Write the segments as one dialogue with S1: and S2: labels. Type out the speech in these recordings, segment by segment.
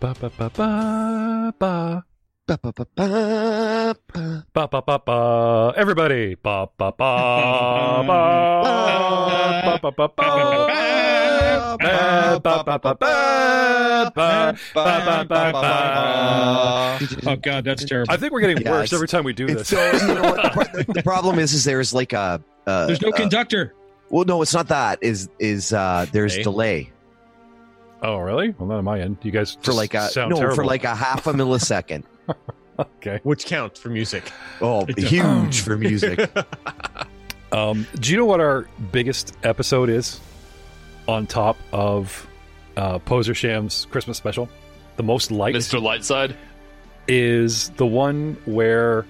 S1: Ba-ba-ba-ba-ba.
S2: Ba ba ba ba ba
S1: Ba-ba-ba-ba-ba.
S2: ba ba ba ba. Everybody. Ba ba ba ba ba ba ba ba. Ba ba ba ba ba ba. Ba ba ba ba.
S3: Oh God, that's terrible.
S2: I think we're getting
S1: Yeah,
S2: worse
S1: it's-
S2: every time we do
S1: It's
S2: this.
S1: so you know what, the, pro- the- the problem is is there's like a uh,
S3: There's no
S1: uh,
S3: conductor.
S1: well no it's not that is is uh there's
S3: Delay?
S1: delay
S2: Oh, really? Well, not on my end. You guys
S1: for like a
S2: sound
S1: no
S2: terrible.
S1: for like a half a millisecond
S2: okay.
S4: which counts for music.
S1: oh
S3: It does.
S1: huge for music
S2: Um, do you know what our biggest episode is on top of uh, Poser Sham's Christmas special? The most liked
S5: Mr. Lightside.
S2: is the one where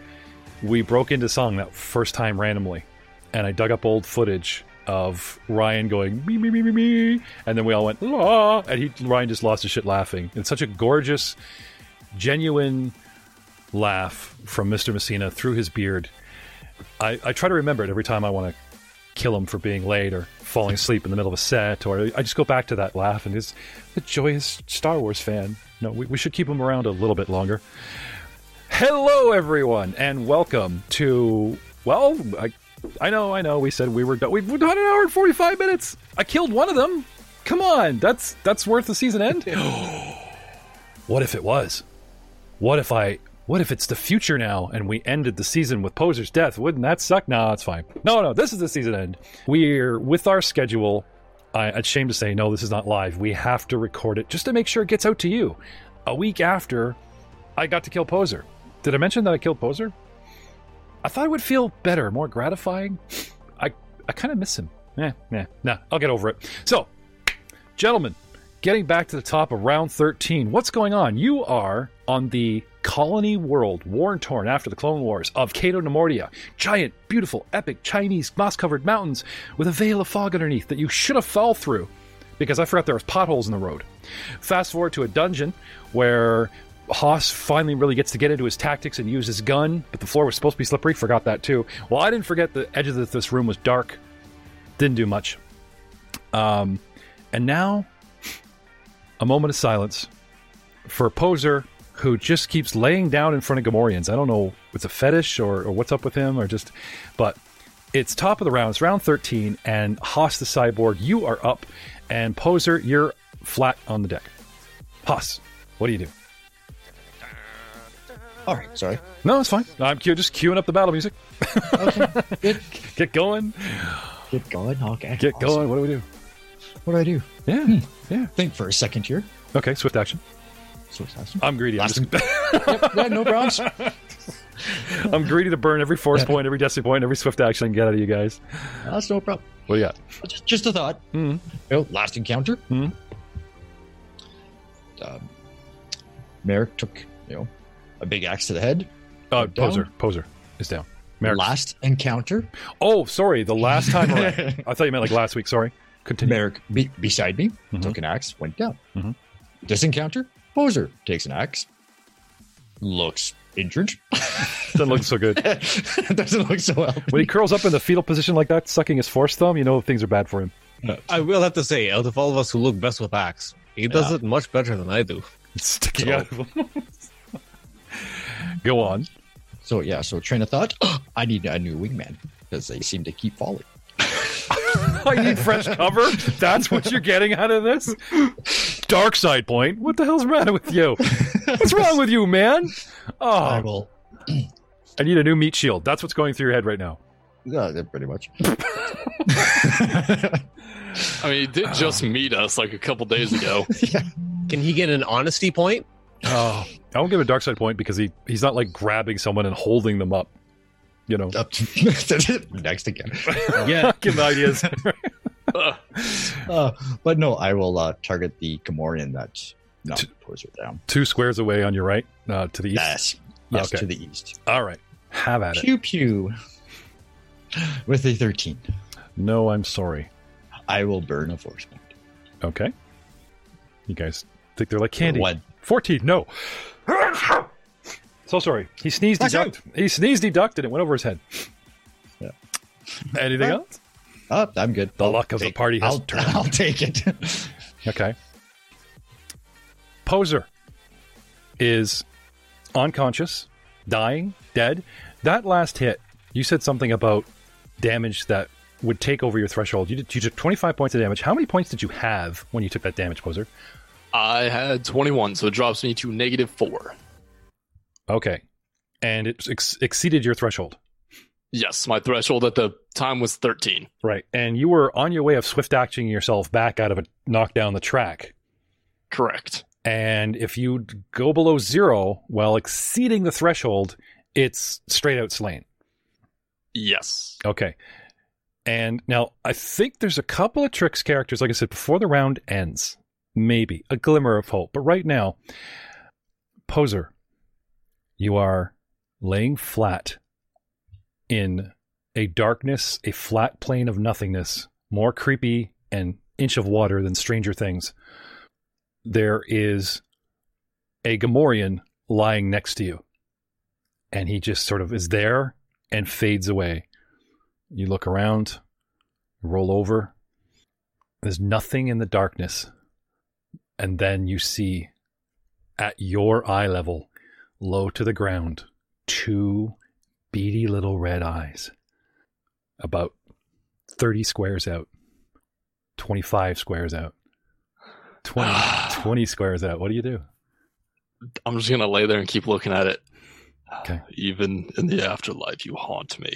S2: we broke into song that first time randomly, and I dug up old footage of Ryan going me me me me me, and then we all went la, and he Ryan just lost his shit laughing. It's such a gorgeous, genuine laugh from Mr. Messina through his beard. I, I try to remember it every time I want to kill him for being late or falling asleep in the middle of a set, or I just go back to that laugh and he's the joyous Star Wars fan. No, we, we should keep him around a little bit longer. Hello, everyone, and welcome to. Well, I, I know, I know. We said we were done. We've done an hour and forty-five minutes. I killed one of them. Come on, that's that's worth the season end. what if it was? What if I? What if it's the future now and we ended the season with Poser's death? Wouldn't that suck? No, it's fine. No, no, this is the season end. We're with our schedule. I, it's shame to say, no, this is not live. We have to record it just to make sure it gets out to you. A week after I got to kill Poser. Did I mention that I killed Poser? I thought it would feel better, more gratifying. I I kind of miss him. Nah, nah, nah. I'll get over it. So, gentlemen, getting back to the top of round 13, what's going on? You are on the colony world, worn torn after the Clone Wars of Cato Nemordia. Giant, beautiful, epic Chinese moss covered mountains with a veil of fog underneath that you should have fell through because I forgot there was potholes in the road. Fast forward to a dungeon where Haas finally really gets to get into his tactics and use his gun, but the floor was supposed to be slippery. Forgot that too. Well, I didn't forget the edge of this- this room was dark. Didn't do much. Um, and now, a moment of silence for Poser, who just keeps laying down in front of Gamorreans. I don't know if it's a fetish or, or what's up with him or just, but it's top of the round. It's round 13, and Haas the cyborg, you are up, and Poser, you're flat on the deck. Haas, what do you do?
S4: All right, sorry.
S2: No, it's fine. I'm cu- just queuing up the battle music.
S4: Good.
S2: Get going.
S4: Get going. Okay.
S2: Get
S4: awesome.
S2: going. What do we do?
S4: What do Hmm. I do?
S2: Yeah. Yeah.
S4: Think for a second here.
S2: Okay, swift action.
S4: So it's awesome.
S2: I'm greedy. I'm, just-
S4: yep, yeah, no problems.
S2: I'm greedy to burn every force point, every destiny point, every swift action I can get out of you guys.
S4: That's no problem.
S2: What do you got?
S4: Just, just a thought.
S6: Hmm.
S2: Mhm.
S4: You know, last encounter.
S3: Hmm?
S2: Mhm.
S4: Um, Merrick took you know a big axe to the head.
S2: Uh,
S4: Down.
S2: poser. Poser is down. Merrick.
S4: Last encounter.
S2: Oh, sorry. The last time around. I thought you meant like last week. Sorry.
S3: Hmm?
S2: Continue.
S4: Merrick be- beside me
S2: Mhm.
S4: took an axe, went down.
S2: Mhm.
S4: This encounter, Poser takes an axe, looks injured,
S2: Doesn't look so good.
S4: doesn't look so well.
S2: When he curls up in the fetal position like that, sucking his force thumb, you know things are bad for him.
S6: I will have to say, out of all of us who look best with axe, he does it much better than I do.
S2: It's sticking out of him. Go on.
S4: So yeah, so train of thought. I need a new wingman because they seem to keep falling.
S2: I need fresh cover. That's what you're getting out of this? Dark side point. What the hell's the matter with you? What's wrong with you, man?
S4: I
S2: Oh,
S4: will.
S2: I need a new meat shield. That's what's going through your head right now.
S4: Yeah, they're pretty much.
S5: I mean, he did
S2: Uh,
S5: just meet us like a couple days ago.
S6: Can he get an honesty point?
S2: Oh, I won't give him a dark side point because he, he's not like grabbing someone and holding them up. You know,
S4: Up to- Next again.
S6: Yeah.
S2: give him ideas.
S5: Ugh.
S4: Uh, but no, I will uh, target the Gamorrean that knocked Poser down.
S2: Two squares away on your right, uh, to the east.
S4: Yes, yes,
S2: Okay.
S4: to the east.
S2: All right, have at it.
S4: Pew pew. With a thirteen,
S2: No, I'm sorry.
S4: I will burn a force point.
S2: Okay, you guys think they're like candy?
S4: One.
S2: Fourteen? No. so sorry. He sneezed. He
S4: Watch out.
S2: ducked. He sneezed. He ducked, and it went over his head.
S4: Yeah.
S2: Anything else?
S4: Up, I'm good.
S2: The luck of the
S4: take-
S2: party has
S4: I'll,
S2: turned.
S4: I'll take it.
S2: Okay. Poser is unconscious, dying, dead. That last hit, you said something about damage that would take over your threshold. You, did, you took 25 points of damage. How many points did you have when you took that damage, Poser?
S5: I had 21, so it drops me to negative four.
S2: Okay. And it ex- exceeded your threshold.
S5: Yes, my threshold at the time was 13.
S2: Right. And you were on your way of swift actioning yourself back out of a knock down the track.
S5: Correct.
S2: And if you d- go below zero while exceeding the threshold, it's straight out slain.
S5: Yes.
S2: Okay. And now I think there's a couple of tricks characters, like I said, before the round ends. Maybe a glimmer of hope. But right now, Poser, you are laying flat in a darkness, a flat plane of nothingness, more creepy and inch of water than Stranger Things. There is a Gamorrean lying next to you. And he just sort of is there and fades away. You look around, roll over. There's nothing in the darkness. And then you see at your eye level, low to the ground, two beady little red eyes. About 30 squares out, 25 squares out, 20, 20 squares out. What do you do?
S5: I'm just going to lay there and keep looking at it. Uh,
S2: Okay.
S5: Even in the afterlife, you haunt me.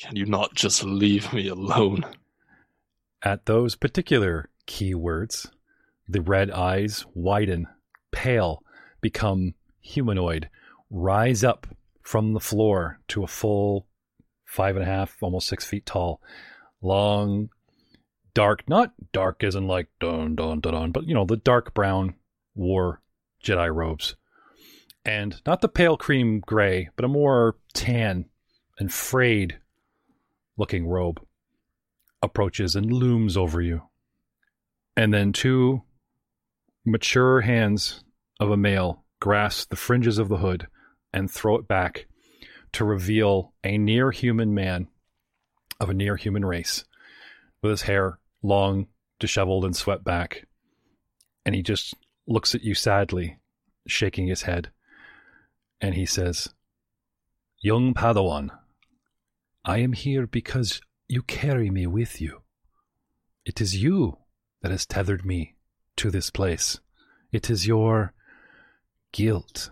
S5: Can you not just leave me alone?
S2: At those particular keywords, the red eyes widen, pale, become humanoid, rise up from the floor to a full five and a half, almost six feet tall, long, dark, not dark isn't like dun dun dun dun, but you know, the dark brown war Jedi robes. And not the pale cream gray, but a more tan and frayed looking robe approaches and looms over you. And then two mature hands of a male grasp the fringes of the hood and throw it back to reveal a near human man of a near human race with his hair long, disheveled, and swept back. And he just looks at you sadly, shaking his head. And he says, Young Padawan, I am here because you carry me with you. It is you that has tethered me to this place. It is your guilt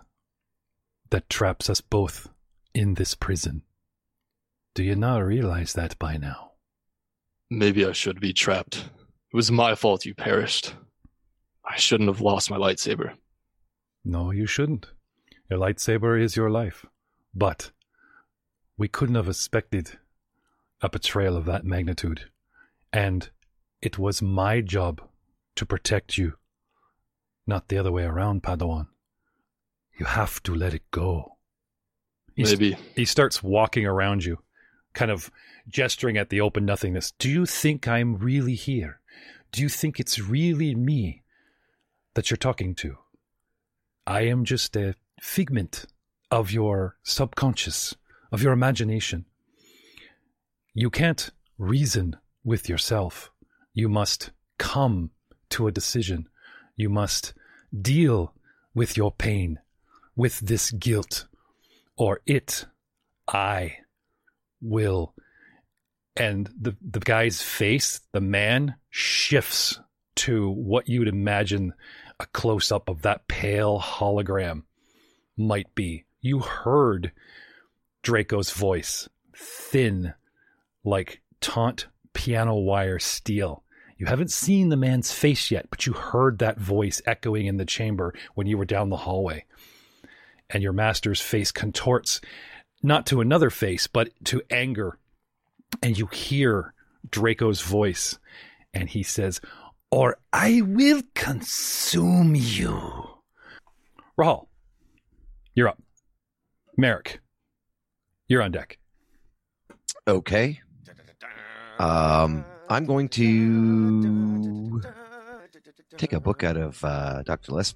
S2: that traps us both in this prison. Do you not realize that by now?
S5: Maybe I should be trapped. It was my fault you perished. I shouldn't have lost my lightsaber.
S2: No, you shouldn't. Your lightsaber is your life. But we couldn't have expected a betrayal of that magnitude. And it was my job to protect you, not the other way around, Padawan. You have to let it go. He's-
S5: Maybe.
S2: He starts walking around you, kind of gesturing at the open nothingness. Do you think I'm really here? Do you think it's really me that you're talking to? I am just a figment of your subconscious, of your imagination. You can't reason with yourself. You must come to a decision. You must deal with your pain, with this guilt, or it, I will. And the, the guy's face, the man, shifts to what you'd imagine a close up of that pale hologram might be. You heard Draco's voice, thin, like taunt piano wire steel. You haven't seen the man's face yet, but you heard that voice echoing in the chamber when you were down the hallway. And your master's face contorts, not to another face, but to anger. And you hear Draco's voice, and he says, Or I will consume you. Rahal, you're up. Merrick, you're on deck.
S1: Okay. Um, I'm going to take a book out of uh, Dr. Les'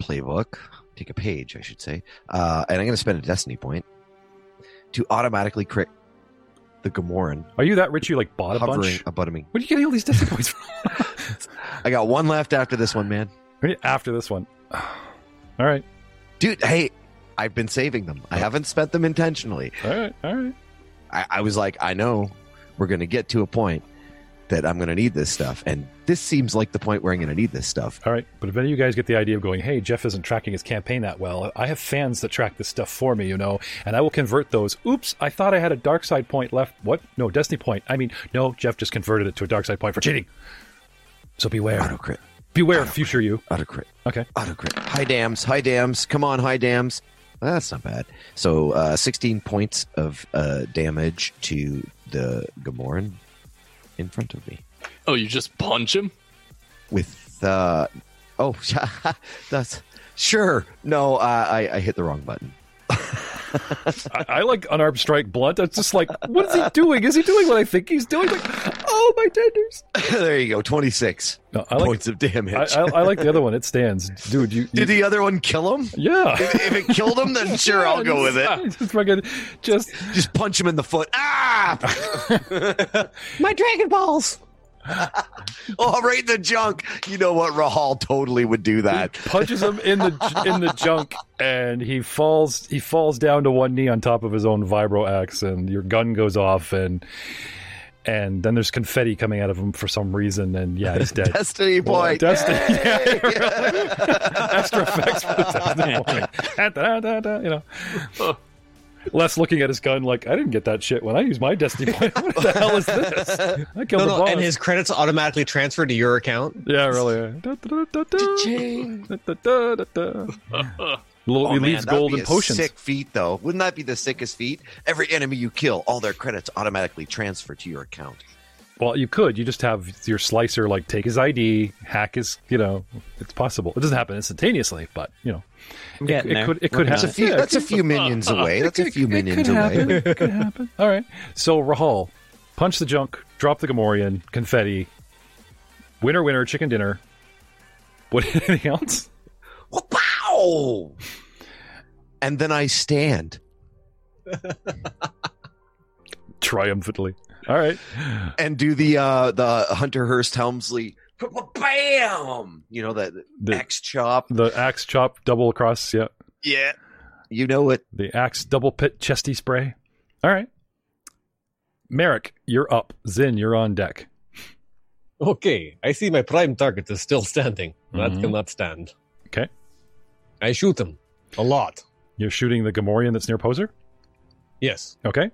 S1: playbook, take a page, I should say, uh, and I'm going to spend a destiny point to automatically crit the Gamoran
S2: Are you that rich you like bought a
S1: hovering
S2: bunch?
S1: above me.
S2: Where are you getting all these Disney points from?
S1: I got one left after this one, man.
S2: After this one. All right.
S1: Dude, hey, I've been saving them. I haven't spent them intentionally.
S2: All right. All right.
S1: I, I was like, I know we're going to get to a point that I'm going to need this stuff. And this seems like the point where I'm going to need this stuff.
S2: All right. But if any of you guys get the idea of going, hey, Jeff isn't tracking his campaign that well, I have fans that track this stuff for me, you know, and I will convert those. Oops, I thought I had a dark side point left. What? No, destiny point. I mean, no, Jeff just converted it to a dark side point for cheating. So beware.
S1: Auto crit,
S2: Beware, future you.
S1: auto crit,
S2: Okay.
S1: auto crit. High dams, high dams. Come on, high dams. That's not bad. So uh, 16 points of uh, damage to the Gamoran in front of me.
S5: Oh, you just punch him?
S1: with uh oh that's sure no uh, i i hit the wrong button
S2: I, I like unarmed strike blunt. It's just like, what is he doing? Is he doing what I think he's doing? Like, oh my tenders.
S1: there you go 26
S2: No, I like.
S1: points of damage
S2: I, I, I like the other one. It stands, dude. You, you
S1: did the other one kill him
S2: yeah.
S1: if it killed him then sure i'll go with it
S2: Just fucking, just
S1: just punch him in the foot ah my dragon balls oh right in the junk you know what rahal totally would do that
S2: punches him in the in the junk, and he falls. He falls down to one knee on top of his own vibro axe, and your gun goes off, and and then there's confetti coming out of him for some reason, and yeah, he's dead.
S1: destiny point
S2: Destiny,
S1: Yay!
S2: yeah, really. extra effects for the Destiny point. Da, da, da, da, you know, Les looking at his gun like I didn't get that shit when I used my Destiny point. What the hell is this? I killed the
S6: No, no,
S2: boss.
S6: and his credits automatically transfer to your account.
S2: yeah, really. Da, da, da, da, da, da, da, da, da. Lo-
S1: Oh,
S2: he
S1: man,
S2: leaves
S1: that'd
S2: gold
S1: be
S2: and
S1: a
S2: potions.
S1: Sick feat, though. Wouldn't that be the sickest feat? Every enemy you kill, all their credits automatically transfer to your account.
S2: Well, you could. You just have your slicer like take his ID, hack his. You know, it's possible. It doesn't happen instantaneously, but you know, it,
S3: I'm getting
S2: it
S3: there.
S2: could. It could
S3: Working
S2: happen.
S3: on
S1: That's a few.
S2: Yeah, it
S1: that's a
S2: could-
S1: few minions away.
S2: it
S1: That's a
S2: could-
S1: few
S2: It
S1: minions
S2: could happen.
S1: away.
S2: It could happen. All right. So Rahal, punch the junk, drop the Gamorrean confetti. Winner, winner, chicken dinner. What? Anything else?
S1: Wow! And then I stand,
S2: Triumphantly. All right.
S1: and do the uh the Hunter Hearst Helmsley bam you know that
S2: The
S1: axe chop
S2: the axe chop double across. Yeah.
S1: yeah you know it
S2: The axe double pit chesty spray. All right. Merrick, you're up. Zin, you're on deck.
S6: Okay, I see my prime target is still standing. That
S2: Mhm.
S6: cannot stand.
S2: Okay.
S6: I shoot him a lot.
S2: You're shooting the Gamorrean that's near Poser.
S6: Yes,
S2: Okay.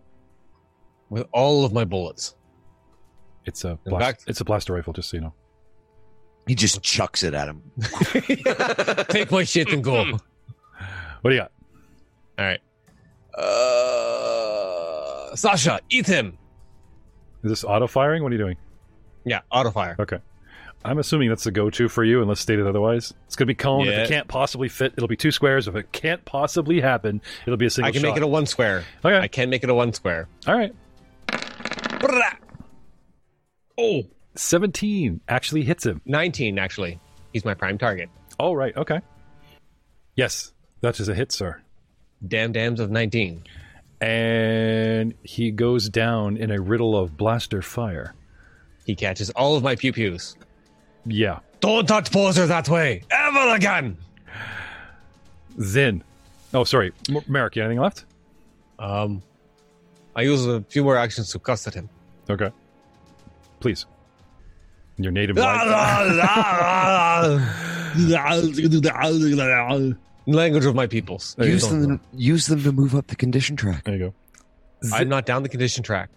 S6: with all of my bullets.
S2: It's a
S6: In
S2: blast,
S6: fact-
S2: it's a blaster rifle, just so you know.
S1: he just chucks it at him
S6: Take my shit and go.
S2: What do you got?
S6: All right.
S2: Hmm.
S6: Uh, Sasha, eat him.
S2: Is this auto firing? What are you doing?
S6: Yeah, auto fire.
S2: I'm assuming that's the go-to for you, unless stated otherwise. It's going to be cone.
S6: Yeah.
S2: If it can't possibly fit, it'll be two squares. If it can't possibly happen, it'll be a single
S6: I can
S2: shot.
S6: make it a one square.
S2: okay,
S6: I can make it a one square.
S2: all right.
S6: Brrrah. Oh,
S2: Seventeen actually hits him.
S6: 19 actually. He's my prime target.
S2: All right, okay. Yes, that is a hit, sir.
S6: Damn dams of 19.
S2: And he goes down in a riddle of blaster fire.
S6: He catches all of my pew pews.
S2: Yeah,
S6: Don't touch Poser that way ever again.
S2: Zin. Oh, sorry, M- Merrick. You got anything left?
S6: Um, I use a few more actions to cuss at him.
S2: Okay, please. Your native language.
S6: Ah! Language of my peoples. You
S1: use
S6: don't know.
S1: them use them to move up the condition track
S2: There you go.
S6: I'm not down the condition track.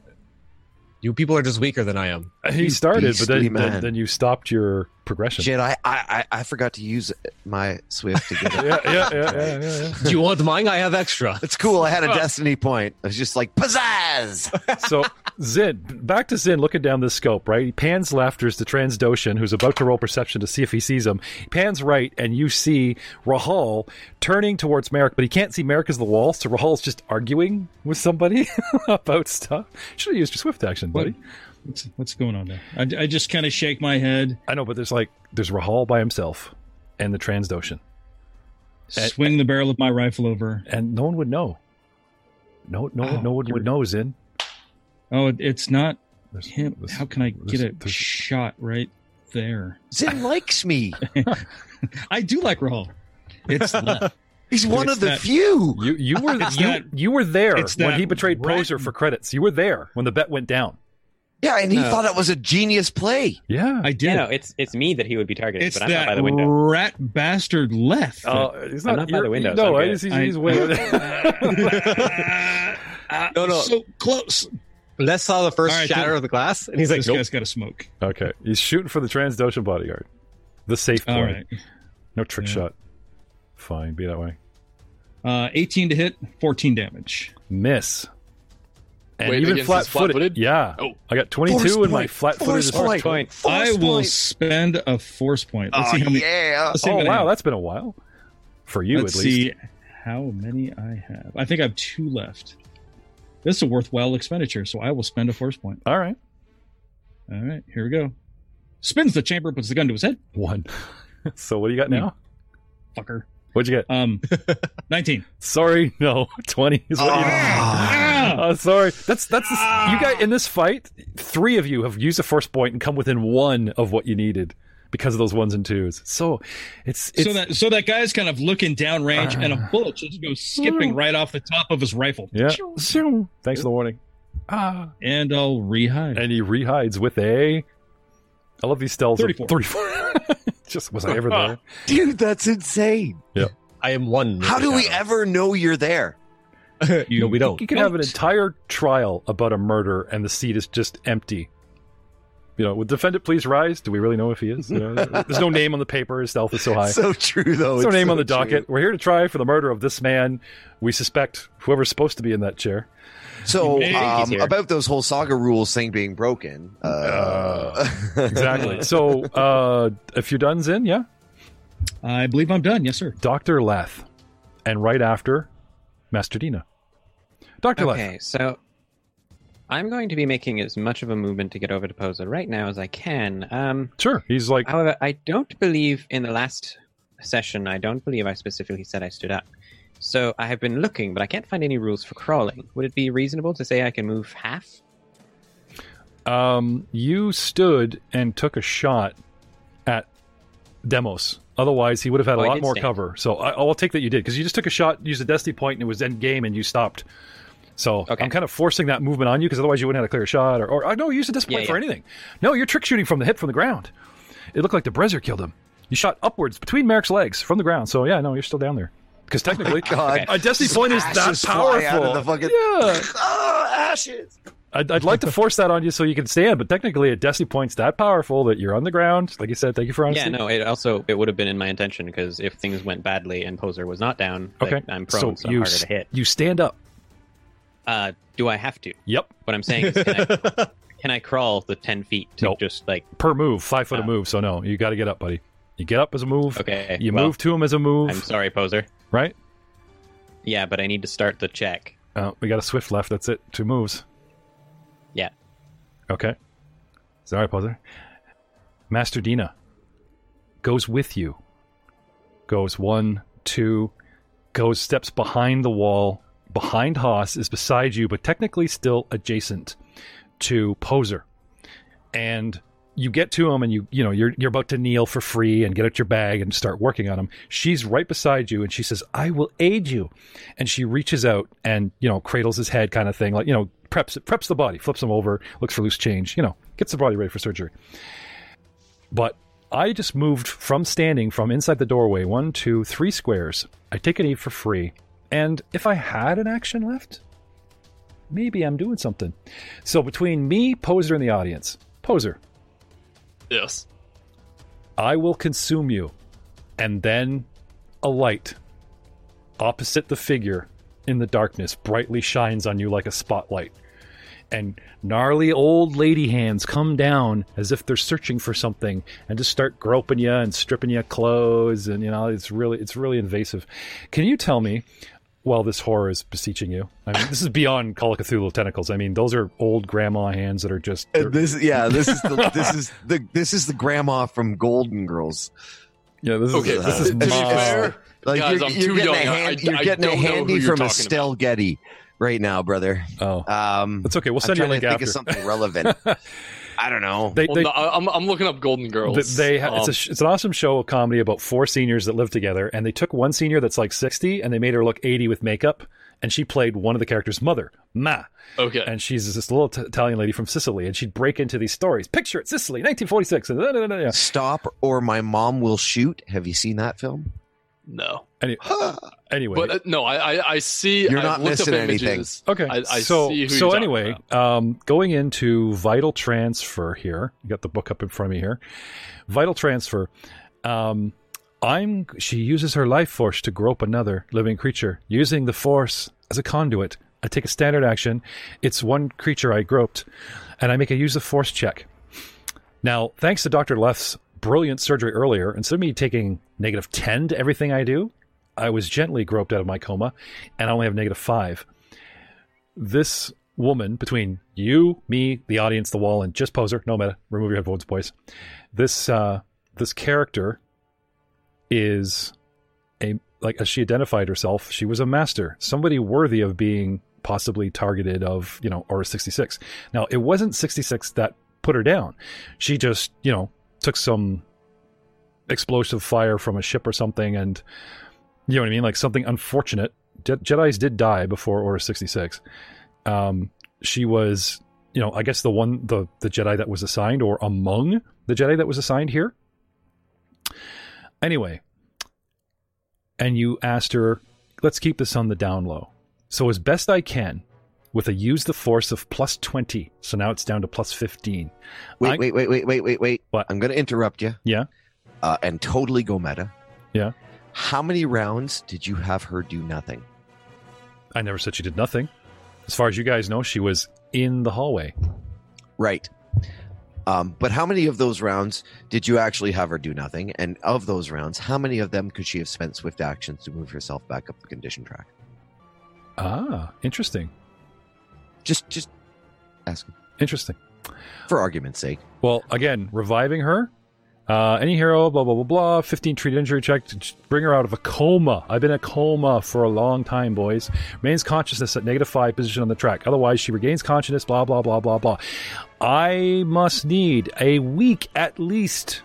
S6: You people are just weaker than I am.
S2: He
S1: You
S2: started, but
S1: beastly
S2: then,
S1: man.
S2: then then you stopped your progression.
S1: Shit, I, I, I I forgot to use my Swift to get it.
S2: yeah, yeah, yeah, yeah, yeah, yeah.
S6: Do you want mine? I have extra.
S1: It's cool. I had a destiny point. I was just like, pizzazz!
S2: So Zin, back to Zin looking down this scope, right? He pans left, there's the Transdoshan who's about to roll perception to see if he sees him. He pans right, and you see Rahal turning towards Merrick, but he can't see Merrick as the wall, so Rahal's just arguing with somebody about stuff. Should have used your swift action, buddy.
S3: What's, what's going on there? I, I just kind of shake my head,
S2: I know, but there's like there's Rahal by himself and the Transdoshan. Eh,
S3: swing the barrel of my rifle over.
S2: And no one would know. No no
S3: Oh,
S2: no one would
S3: you're-
S2: know, Zin.
S3: Oh, it- it's not
S2: There's,
S3: him.
S2: there's-
S3: How can I
S2: there's-
S3: get a
S2: there's-
S3: shot right? there.
S1: Zin likes me.
S3: I do like Rahul. It's not-
S1: He's one
S3: It's
S1: of the
S3: that-
S1: few.
S2: You you were
S3: It's
S2: you,
S3: that-
S2: you were there
S3: it's
S2: when
S3: that
S2: he betrayed
S3: rat-
S2: Poser for credits. You were there when the bet went down.
S1: Yeah, and he
S7: No.
S1: thought it was a genius play.
S2: Yeah.
S3: I
S7: Yeah,
S3: did.
S7: no, it's it's me that he would be targeting,
S3: it's
S7: but I'm not by
S3: that
S7: the window. Oh.
S3: rat bastard left.
S2: Uh, he's
S7: I'm
S2: not,
S7: not by the
S2: you're-
S7: window, so
S2: No,
S7: I'm good.
S2: he's, he's,
S3: I-
S2: he's way.
S3: Ah,
S6: No, no.
S3: So close.
S6: Les saw the first
S3: All right,
S6: shatter
S3: don't-
S6: of the glass, and he's like,
S3: this
S6: nope.
S3: guy's got a smoke.
S2: okay, he's shooting for the Transdotion bodyguard, the safe point.
S3: All right.
S2: No trick
S3: Yeah.
S2: shot. Fine, be that way.
S3: Uh, 18 to hit, 14 damage.
S2: Miss. And
S5: Wait,
S2: even
S5: against his
S2: flat footed.
S5: flat-footed?
S2: Yeah.
S5: Oh.
S2: I got 22
S1: Force
S2: and my
S1: point.
S2: flat footed
S1: Force
S2: is
S1: point.
S2: point.
S1: Force
S3: I will
S1: point.
S3: spend a force point. Let's
S1: Oh,
S3: see how many.
S1: yeah.
S3: Let's see
S2: Oh,
S3: how many I
S2: wow.
S3: have.
S2: That's been a while. For you,
S3: Let's
S2: at least.
S3: see how many I have. I think I have two left. This is a worthwhile expenditure, so I will spend a force point.
S2: All right.
S3: All right, here we go. Spins the chamber, puts the gun to his head.
S2: One. so what do you got now?
S3: Fucker.
S2: What'd you get?
S3: Um, 19.
S2: Sorry, no. 20 is what you
S1: Ah.
S2: Oh, sorry. That's that's the, you guys in this fight. Three of you have used a force point and come within one of what you needed because of those ones and twos. So, it's it's Ah.
S3: so that so that guy's kind of looking downrange, and a bullet just goes skipping right off the top of his rifle.
S2: yeah. Thanks for the warning. Ah.
S3: And I'll rehide.
S2: and he rehides with a. I love these stealths.
S3: 34.
S2: 34. Just was I ever there?
S1: Dude, that's insane.
S6: I am one.
S1: How
S6: with
S1: do
S6: the
S1: we
S6: shadow.
S1: ever know you're there?
S6: no, we don't.
S2: You can have an entire trial about a murder, and the seat is just empty. You know, would defendant please rise? Do we really know if he is? You know, there's no name on the paper. His stealth is so high.
S1: So true, though.
S2: There's no
S1: It's
S2: name
S1: so
S2: on the
S1: true.
S2: docket. We're here to try for the murder of this man. We suspect whoever's supposed to be in that chair.
S1: So,
S7: He's
S1: um,
S7: here.
S1: about those whole saga rules thing being broken. Uh,
S2: Exactly. so, uh, if you're done, Zin, yeah,
S3: I believe I'm done. Yes, sir.
S2: Doctor Leth, and right after, Master Dina. Doctor Leth.
S7: Okay, so I'm going to be making as much of a movement to get over to Posa right now as I can. Um,
S2: Sure. He's like,
S7: However, I don't believe in the last session, I don't believe I specifically said I stood up. So I have been looking, but I can't find any rules for crawling. Would it be reasonable to say I can move half?
S2: um, you stood and took a shot at Demos. Otherwise, he would have had
S7: Oh,
S2: a
S7: I
S2: lot
S7: did
S2: more
S7: stand.
S2: cover. So I, I'll take that you did because you just took a shot, used a destiny point, and it was end game, and you stopped. So
S7: Okay.
S2: I'm kind of forcing that movement on you because otherwise you wouldn't have had a clear shot. Or, or oh, no, you used a destiny
S7: Yeah,
S2: point for
S7: yeah.
S2: anything. No, you're trick shooting from the hip from the ground. It looked like the Brezzer killed him. You shot upwards between Merrick's legs from the ground. So yeah, no, you're still down there because technically
S1: Oh God.
S2: a destiny point is that
S1: Ashes
S2: powerful.
S1: fly out of the fucking-
S2: Yeah.
S1: oh, ashes.
S2: I'd, I'd like to force that on you so you can stand, but technically, a destiny point's that powerful that you're on the ground. Like you said, thank you for honesty.
S7: Yeah, no. It also it would have been in my intention because if things went badly and Poser was not down, like,
S2: Okay.
S7: I'm prone, so,
S2: you
S7: harder
S2: s-
S7: to hit.
S2: You stand up.
S7: Uh, do I have to?
S2: Yep.
S7: What I'm saying is, can I, can I crawl the ten feet to
S2: Nope.
S7: just like
S2: Per move, five foot a
S7: Ah.
S2: move. So no, you got to get up, buddy. You get up as a move.
S7: okay?
S2: You
S7: well,
S2: move to him as a move.
S7: I'm sorry, Poser.
S2: Right.
S7: Yeah, but I need to start the check.
S2: Uh, we got a swift left. That's it. Two moves.
S7: Yeah.
S2: Okay. Sorry, Poser. Master Dina goes with you. Goes one, two, goes steps behind the wall. Behind Haas is beside you, but technically still adjacent to Poser. And you get to him and you you know you're you're about to kneel for free and get out your bag and start working on him. She's right beside you and she says, "I will aid you." and she reaches out and you know cradles his head kind of thing like you know preps preps the body flips him over looks for loose change you know gets the body ready for surgery but i just moved from standing from inside the doorway one two three squares i take an e for free and if i had an action left maybe i'm doing something so between me poser and the audience poser
S5: Yes.
S2: I will consume you. And then a light opposite the figure in the darkness brightly shines on you like a spotlight. And gnarly old lady hands come down as if they're searching for something and just start groping you and stripping you clothes and you know it's really it's really invasive. Can you tell me while this horror is beseeching you? I mean this is beyond Call of Cthulhu tentacles. I mean those are old grandma hands that are just they're-
S1: And this, yeah, this is the this is the this is the grandma from Golden Girls.
S2: yeah this is uh,
S5: Okay,
S2: this
S1: to
S2: is
S1: be
S2: mom.
S1: fair, Like
S5: Guys,
S1: you're,
S5: I'm
S1: you're
S5: too
S1: getting
S5: young.
S1: a
S5: I-
S1: hand,
S5: I
S1: you're getting a
S5: don't know who
S1: handy
S5: you're
S1: from
S5: talking
S1: Estelle Getty right now, brother.
S2: Oh.
S1: Um,
S2: It's okay. We'll
S1: I'm
S2: send you a
S1: trying
S2: link
S1: to think
S2: after.
S1: of something relevant. I don't know.
S2: They,
S5: Well,
S2: they,
S5: no, I- I'm, I'm looking up Golden Girls.
S2: They, they ha- it's,
S5: Um,
S2: a, sh- it's an awesome show of comedy about four seniors that live together, and they took one senior that's like 60, and they made her look 80 with makeup, and she played one of the characters' mother, Ma,
S5: okay.
S2: and she's this little t- Italian lady from Sicily, and she'd break into these stories. Picture it, Sicily, 1946, and da, da, da, da, da.
S1: Stop or my mom will shoot. Have you seen that film?
S5: no,
S2: Any- anyway,
S5: but uh, no, I I, I see.
S1: You're
S5: I
S1: not
S5: looked up
S1: missing anything.
S5: images.
S2: Okay.
S5: I- I
S2: so
S5: see who you're
S2: so
S5: talking
S2: anyway, um, going into vital transfer here. You got the book up in front of me here. Vital transfer. Um, I'm. She uses her life force to grope another living creature using the force as a conduit. I take a standard action. It's one creature I groped, and I make a use of force check. Now, thanks to Doctor Left's brilliant surgery earlier, instead of me taking negative ten to everything I do, I was gently groped out of my coma, and I only have negative five this woman between you, me, the audience, the wall, and just poser, no meta, remove your headphones, boys. This uh this character is a like as she identified herself, she was a master, somebody worthy of being possibly targeted of, you know, or 66. Now, it wasn't 66 that put her down. She just, you know, took some explosive fire from a ship or something and you know what I mean, like something unfortunate. Je- Jedi's did die before Order 66 um, she was you know i guess the one the the jedi that was assigned or among the jedi that was assigned here anyway and you asked her let's keep this on the down low so as best i can with a use the force of plus 20 so now it's down to plus 15
S1: Wait,
S2: I-
S1: wait, wait, wait, wait, wait, wait.
S2: What?
S1: I'm going to interrupt you.
S2: Yeah.
S1: Uh, and totally go meta.
S2: Yeah.
S1: How many rounds did you have her do nothing?
S2: i never said she did nothing as far as you guys know she was in the hallway
S1: Right. Um, but how many of those rounds did you actually have her do nothing? And of those rounds, how many of them could she have spent swift actions to move herself back up the condition track?
S2: ah interesting
S1: Just, just ask him.
S2: interesting
S1: for argument's sake.
S2: Well, again, reviving her. Uh, any hero, blah blah blah blah. Fifteen treat injury check. to j- Bring her out of a coma. I've been in a coma for a long time, boys. Remains consciousness at negative five position on the track. Otherwise, she regains consciousness. Blah blah blah blah blah. I must need a week at least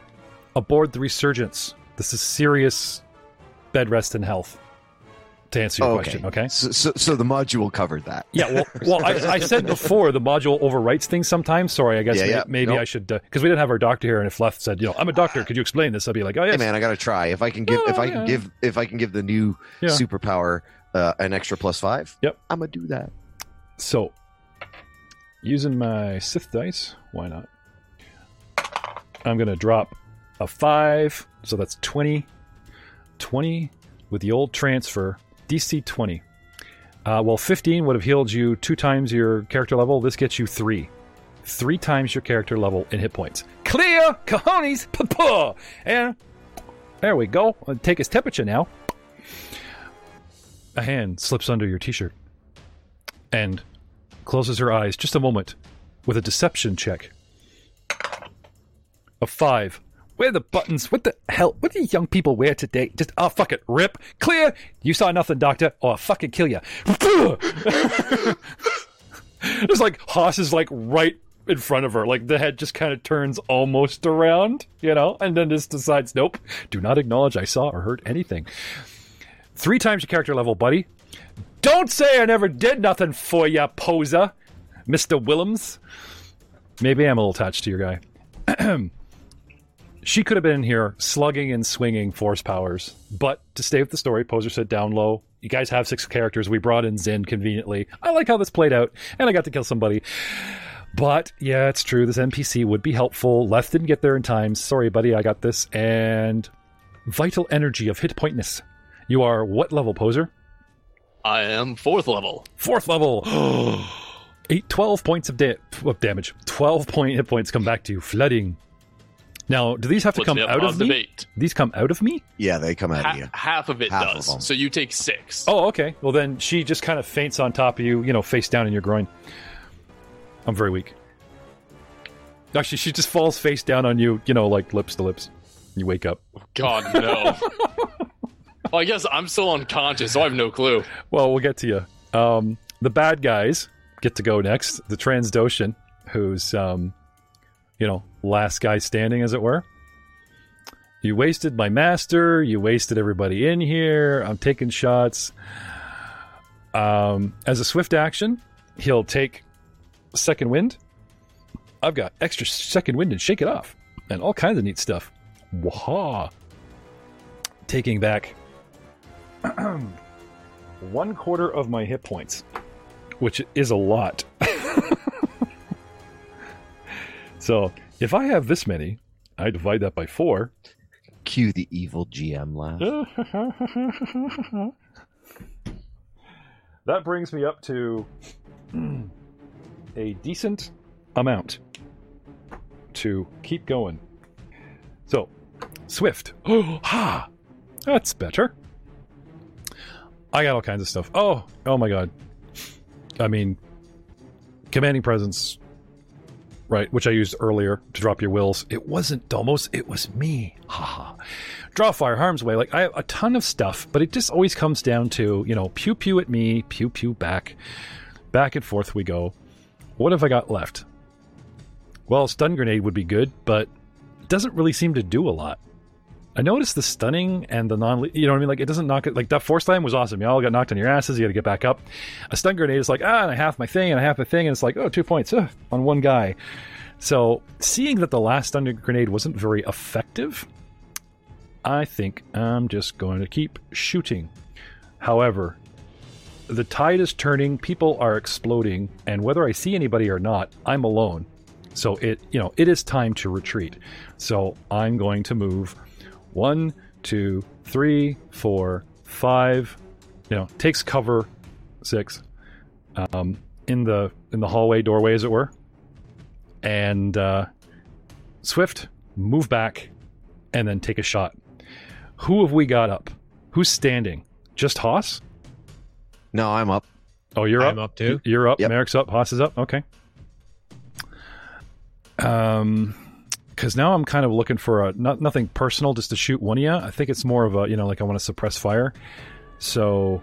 S2: aboard the Resurgence. This is serious bed rest and health. To answer your question, okay?
S1: Oh, So, so, so the module covered that.
S2: Yeah, well, well I, I said before the module overwrites things sometimes. Sorry, I guess
S1: Yeah,
S2: may-
S1: yeah.
S2: maybe
S1: Nope. Ah.
S2: I should because we didn't have our doctor here, and if Left said, you know, I'm a doctor, could you explain this? I'd be like, oh
S1: Hey
S2: yes.
S1: man, I gotta try. If I can give,
S2: No,
S1: if I can
S2: yeah.
S1: give, if I can give the new
S2: Yeah.
S1: superpower uh, an extra plus five.
S2: Yep.
S1: I'm gonna do that.
S2: So, using my Sith dice, why not? I'm gonna drop a five, so that's 20. 20 with the old transfer DC 20. Uh, well, 15 would have healed you two times your character level. This gets you three. Three times your character level in hit points. Clear! Cojones! Papa! And there we go. I'll take his temperature now. A hand slips under your t shirt and closes her eyes just a moment with a deception check. A five. Where are the buttons? What the hell? What do young people wear today? Just oh fuck it, rip, clear. You saw nothing, doctor, or I'll fucking kill you. It's like Haas is like right in front of her, like the head just kind of turns almost around, you know, and then just decides, nope, do not acknowledge I saw or heard anything. Three times your character level, buddy. Don't say I never did nothing for ya, poser, Mr. Willems. Maybe I'm a little attached to your guy. she could have been in here slugging and swinging force powers, but to stay with the story, Poser said down low. You guys have six characters. We brought in Zin conveniently. I like how this played out, and I got to kill somebody. But yeah, it's true. This NPC would be helpful. Left didn't get there in time. Sorry, buddy. I got this. And vital energy of hit pointness. You are what level, Poser?
S5: I am fourth level.
S2: Fourth level. Eight, 12 points of, da- of damage. 12 point hit points come back to you, flooding. Now, do these have to
S5: Puts
S2: come
S5: me up
S2: out
S5: on
S2: of
S5: the
S2: me?
S5: bait.
S2: These come out of me?
S1: Yeah, they come out
S5: Ha-
S1: of you.
S5: half of it
S1: Half of
S5: does.
S1: them.
S5: so you take six.
S2: Oh, okay. Well, then she just kind of faints on top of you, you know, face down in your groin. I'm very weak. Actually, she just falls face down on you, you know, like lips to lips. You wake up.
S5: God no. well, I guess I'm still unconscious, so I have no clue.
S2: Well, we'll get to you. Um, the bad guys get to go next. The Transdoshan, who's um, you know, last guy standing, as it were. You wasted my master. You wasted everybody in here. I'm taking shots. Um, as a swift action, he'll take second wind. I've got extra second wind and shake it off, and all kinds of neat stuff. Waha! Taking back one quarter of my hit points, which is a lot. so if I have this many, I divide that by four.
S1: Cue the evil GM laugh.
S2: that brings me up to a decent amount to keep going. So, Swift. ha! That's better. I got all kinds of stuff. Oh, oh my god. I mean, commanding presence, right? Which I used earlier to drop your wills. It wasn't Domos, it was me. Haha draw fire harm's way like i have a ton of stuff but it just always comes down to you know pew pew at me pew pew back back and forth we go what have i got left well stun grenade would be good but it doesn't really seem to do a lot i noticed the stunning and the non you know what i mean like it doesn't knock it like that force time was awesome y'all got knocked on your asses you gotta get back up a stun grenade is like ah and i half my thing and i half my thing and it's like oh two points ugh, on one guy so seeing that the last stun grenade wasn't very effective I think I'm just going to keep shooting. However, the tide is turning, people are exploding, and whether I see anybody or not, I'm alone. So it, you know, it is time to retreat. So I'm going to move one, two, three, four, five. You know, takes cover six um, in the in the hallway doorway, as it were. And uh, Swift move back and then take a shot. Who have we got up? Who's standing? Just Haas?
S1: No, I'm up.
S2: Oh, you're
S6: I'm
S2: up.
S6: up too.
S2: You're up.
S1: Yep.
S2: Merrick's up. Haas is up. Okay. Um, because now I'm kind of looking for a not nothing personal, just to shoot one of you. I think it's more of a you know like I want to suppress fire. So,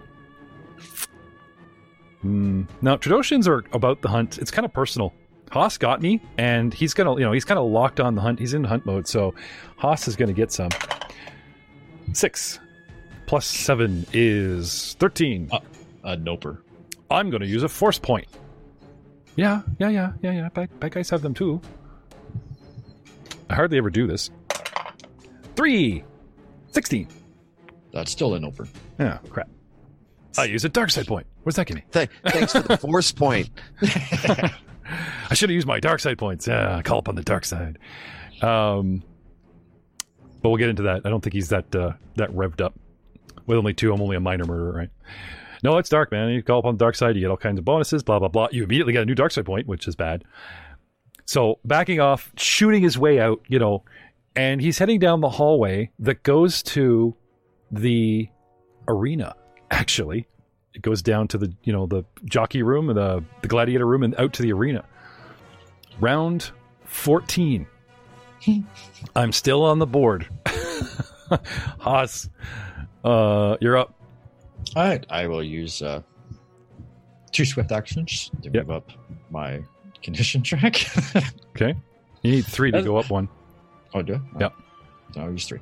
S2: Hmm. now Tradoshans are about the hunt. It's kind of personal. Haas got me, and he's gonna you know he's kind of locked on the hunt. He's in hunt mode, so Haas is gonna get some. Six plus seven is thirteen.
S4: Uh, noper.
S2: I'm going to use a force point. Yeah, yeah, yeah, yeah, yeah. Bad, bad guys have them too. I hardly ever do this. Three! 16.
S4: That's still a noper.
S2: Oh, crap. I use a dark side point. What's that give me?
S1: Th- thanks for the force point.
S2: I should have used my dark side points. Ah, call upon the dark side. Um, but we'll get into that. I don't think he's that uh, that revved up. With only two, I'm only a minor murderer, right? No, it's dark, man. You call upon the dark side, you get all kinds of bonuses, blah blah blah. You immediately get a new dark side point, which is bad. So backing off, shooting his way out, you know, and he's heading down the hallway that goes to the arena. Actually, it goes down to the you know the jockey room, the the gladiator room, and out to the arena round 14. I'm still on the board. Haas, uh, you're up.
S4: All right, I will use uh, two swift actions to
S2: Yep.
S4: move up my condition track.
S2: Okay. You need three to go up one.
S4: oh, do I?
S2: Yep.
S4: No, I'll use three.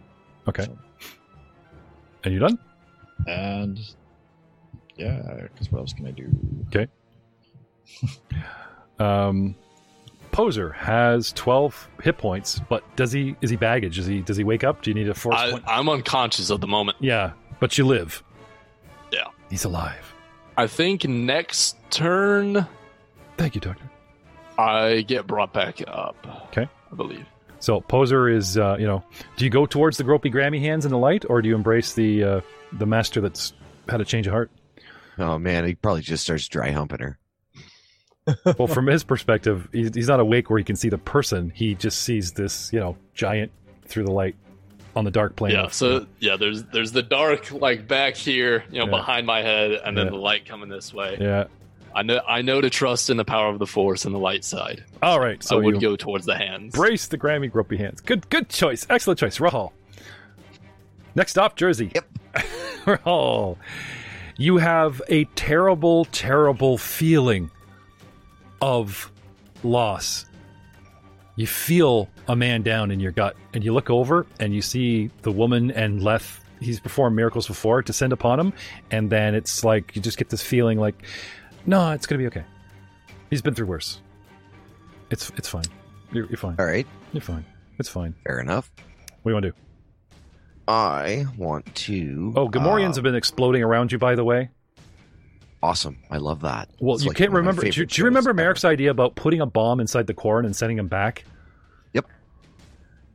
S2: Okay. And you're done?
S4: And yeah, because what else can I do?
S2: Um, Poser has 12 hit points, but does he, is he baggage? Is he, does he wake up? Do you need a force
S5: I,
S2: point?
S5: I'm unconscious at the moment.
S2: Yeah. But you live.
S5: Yeah.
S2: He's alive.
S5: I think next turn
S2: Thank you, Doctor.
S5: I get brought back up.
S2: Okay.
S5: I believe.
S2: So Poser is, uh, you know, do you go towards the gropey Grammy hands in the light or do you embrace the, uh, the master that's had a change of heart?
S1: Oh man, he probably just starts dry humping her.
S2: well, from his perspective, he's, he's not awake where he can see the person. He just sees this, you know, giant through the light on the dark plane.
S5: Yeah. So yeah, there's there's the dark like back here, you know,
S2: Yeah.
S5: behind my head, and then
S2: Yeah.
S5: the light coming this way.
S2: yeah.
S5: I know I know to trust in the power of the force and the light side.
S2: All right.
S5: So
S2: So
S5: I would
S2: Oh, you
S5: go towards the hands.
S2: brace the Grammy gropey hands. Good, good choice. Excellent choice, Rahal. Next up, Jersey.
S1: Yep.
S2: Rahal, you have a terrible, terrible feeling of loss. you feel a man down in your gut, and you look over and you see the woman and Leth. He's performed miracles before descend upon him, and then it's like you just get this feeling like, no, it's gonna be okay. He's been through worse. It's it's fine. You're, you're fine.
S1: All right,
S2: You're fine. It's fine.
S1: fair enough.
S2: What do you want to do?
S1: I want to.
S2: Oh, Gamorreans
S1: uh,
S2: have been exploding around you, by the way.
S1: awesome. I love that.
S2: Well,
S1: It's
S2: you
S1: like
S2: can't
S1: one of my
S2: remember. Do, you-
S1: favorite
S2: do you remember
S1: shows
S2: Merrick's idea about putting a bomb inside the corn and sending him back?
S1: Yep.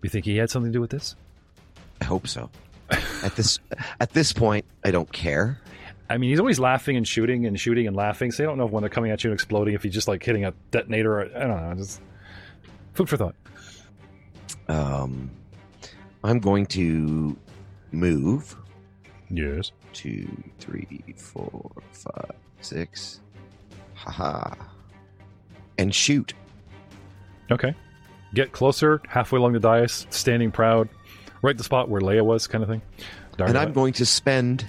S2: You think he had something to do with this?
S1: ever. I hope so. at this at this point, I don't care.
S2: I mean, he's always laughing and shooting and shooting and laughing. So you don't know if when they're coming at you and exploding, if he's just like hitting a detonator. Or, I don't know. Just food for thought.
S1: Um, I'm going to move
S2: Yes.
S1: two, three, four, five, six. Haha. And shoot.
S2: Okay. Get closer, halfway along the dais, standing proud, right at the spot where Leia was, kind of thing. Darn
S1: and
S2: it.
S1: I'm going to spend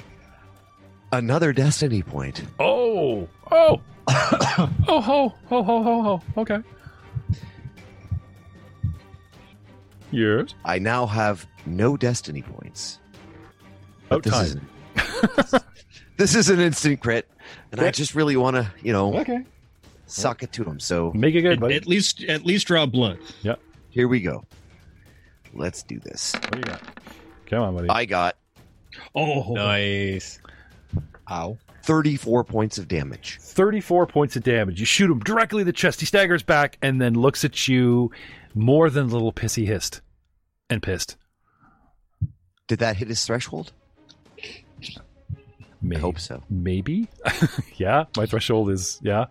S1: another destiny point.
S2: Oh, oh, oh, ho, ho, ho, ho, ho. Okay. Yes.
S1: I now have no destiny points.
S2: About
S1: this
S2: time.
S1: is, this is an instant crit, and I just really want to, you know,
S2: Okay.
S1: suck it to him. So
S2: Make it good,
S3: At,
S2: buddy.
S3: at least, at least draw blood.
S1: here we go. Let's do this.
S2: what do you got? Come on, buddy.
S1: I got
S3: Oh,
S6: Nice.
S4: Ow.
S1: 34 points of damage.
S2: 34 points of damage. You shoot him directly in the chest. He staggers back and then looks at you more than a little pissy hissed and pissed.
S1: Did that hit his threshold?
S2: Maybe.
S1: I hope so.
S2: Maybe. yeah, my threshold is, yeah.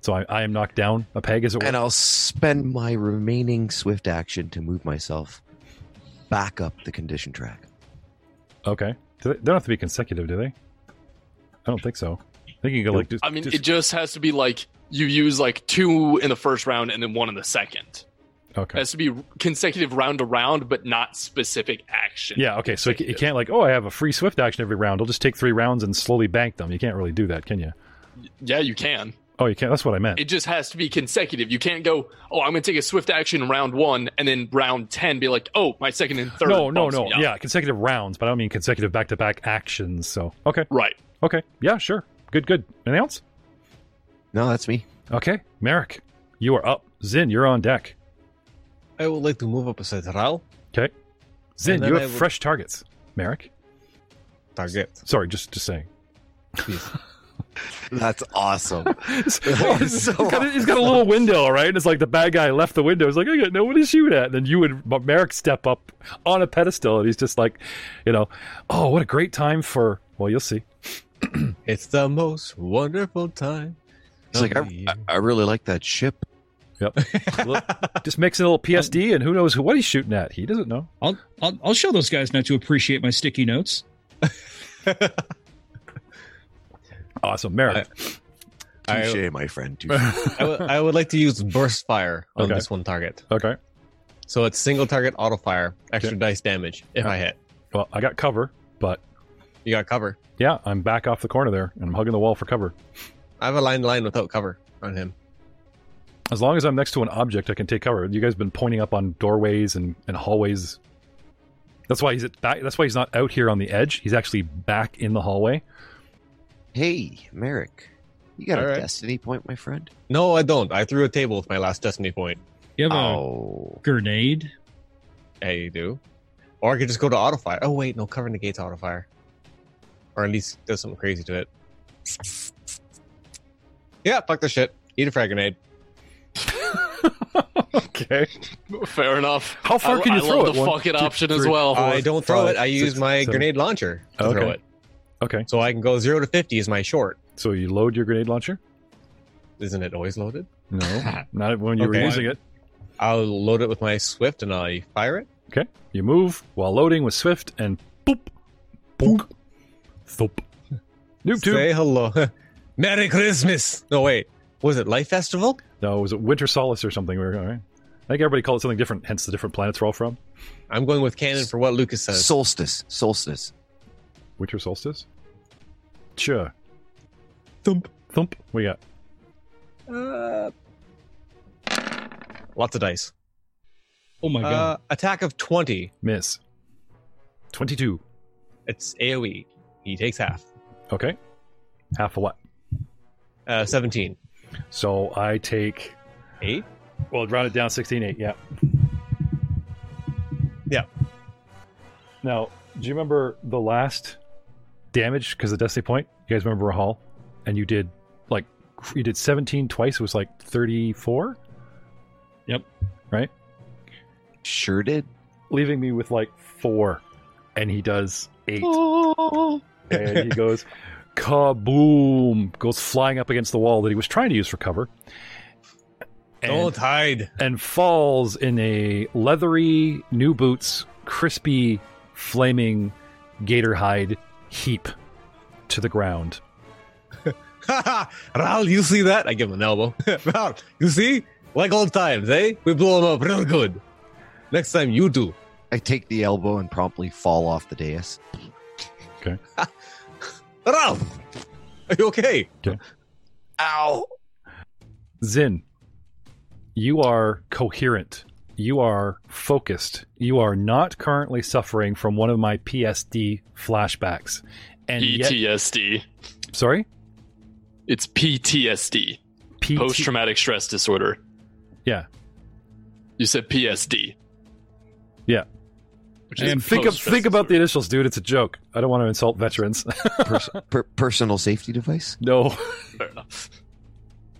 S2: So I, I am knocked down a peg, as it were.
S1: And I'll spend my remaining swift action to move myself back up the condition track.
S2: Okay. Do they, they don't have to be consecutive, do they? I don't think so. I think you can go like. Just,
S5: I mean,
S2: just-
S5: it just has to be like you use like two in the first round and then one in the second. It
S2: okay.
S5: has to be consecutive round to round, but not specific action.
S2: Yeah. Okay. So you can't like, oh, I have a free swift action every round. I'll just take three rounds and slowly bank them. You can't really do that, can you?
S5: Yeah, you can.
S2: Oh, you can't. That's what I meant.
S5: It just has to be consecutive. You can't go, oh, I'm going to take a swift action in round one, and then round 10 be like, oh, my second and third.
S2: no, no,
S5: bumps
S2: no.
S5: me up.
S2: Yeah, consecutive rounds, but I don't mean consecutive back-to-back actions. So okay,
S5: Right.
S2: okay, yeah, sure, good, good. Anything else?
S1: No, that's me.
S2: Okay, Merrick, you are up. Zin, you're on deck.
S6: I would like to move up beside Ral.
S2: Zin,
S6: And then
S2: you
S6: I
S2: have
S6: would-
S2: fresh targets. Merrick,
S6: Target.
S2: sorry, just just saying.
S1: That's awesome.
S2: he's,
S1: so
S2: got a, he's got a little window, right? And it's like the bad guy left the window. He's like, I got no one to shoot at. And then you would but Merrick step up on a pedestal, and he's just like, you know, oh, what a great time for. Well, you'll see.
S6: It's the most wonderful time.
S1: It's like,
S6: of
S1: I,
S6: the
S1: I
S6: year.
S1: I really like that ship.
S2: Just makes a little PSD, and who knows who what he's shooting at? He doesn't know.
S3: I'll, I'll, I'll show those guys not to appreciate my sticky notes.
S2: Awesome, Merrick.
S6: I,
S1: Touche, my friend. Touche.
S6: I would- I would like to use burst fire on
S2: Okay.
S6: this one target.
S2: okay.
S6: So it's single target auto fire, extra dice damage if I hit.
S2: Well, I got cover, but
S6: You got cover.
S2: yeah, I'm back off the corner there, and I'm hugging the wall for cover.
S6: I have a line to line without cover on him.
S2: As long as I'm next to an object, I can take cover. You guys have been pointing up on doorways and, and hallways. That's why he's at back. That's why he's not out here on the edge. He's actually back in the hallway.
S1: hey, Merrick. You got a
S6: All right.
S1: destiny point, my friend?
S6: No, I don't. I threw a table with my last destiny point.
S3: You have
S1: Oh.
S3: a grenade.
S6: Hey, you do. Or I could just go to auto fire. Oh wait, no, cover negates auto fire. Or at least does something crazy to it. Yeah, fuck the shit. Eat a frag grenade.
S2: okay.
S5: Fair enough.
S2: How far
S5: I,
S2: can you
S5: I
S2: throw
S5: love
S2: it?
S5: the
S2: One,
S5: fucking
S2: two,
S5: option as
S2: three.
S5: well.
S6: I don't throw
S2: five,
S6: it. I
S2: six,
S6: use my
S2: seven.
S6: grenade launcher to
S2: Okay.
S6: throw it.
S2: Okay.
S6: So I can go zero to fifty is my short.
S2: So you load your grenade launcher?
S6: Isn't it always loaded?
S2: No, not when you were
S6: Okay.
S2: using it.
S6: I'll load it with my swift and I fire it.
S2: Okay. You move while loading with swift and boop, boop, thump. Noob tube.
S6: Say hello. Merry Christmas. No wait. Was it Life Festival?
S2: No, was it Winter Solace or something? We were all right. I think everybody called it something different, hence the different planets we're all from.
S6: I'm going with canon for what Lucas says.
S1: Solstice. Solstice.
S2: Winter Solstice. Sure.
S6: Thump.
S2: Thump. We got
S6: Lots of dice.
S3: Oh my god.
S6: Uh, attack of 20.
S2: Miss. 22.
S6: It's AoE. He takes half.
S2: Okay. Half a what?
S6: Uh, 17.
S2: So I take,
S6: 8?
S2: well, round it down 16, 8. Yeah.
S6: Yeah.
S2: Now, do you remember the last damage because of Destiny Point? You guys remember Rahal? And you did like, you did 17 twice. It was like 34,
S1: Sure did.
S2: leaving me with like four. And he does eight.
S6: Oh.
S2: and he goes kaboom goes flying up against the wall that he was trying to use for cover and,
S6: Don't hide.
S2: and falls in a leathery new boots crispy flaming gator hide heap to the ground
S6: Raul, you see that? I give him an elbow. Raul, you see? Like old times, eh? We blow him up real good. Next time you do.
S1: I take the elbow and promptly fall off the dais.
S6: Raul! Are you okay?
S2: zin you are coherent you are focused you are not currently suffering from one of my psd flashbacks and yet
S5: PTSD.
S2: sorry
S5: It's PTSD.
S2: PT
S5: Post traumatic stress disorder.
S2: Yeah.
S5: You said PSD.
S2: Yeah.
S5: Which is
S2: And think of
S5: post-stress
S2: think about the
S5: disorder.
S2: initials, dude. It's a joke. I don't want to insult veterans.
S1: Pers- per- personal safety device?
S2: no,
S5: Fair enough.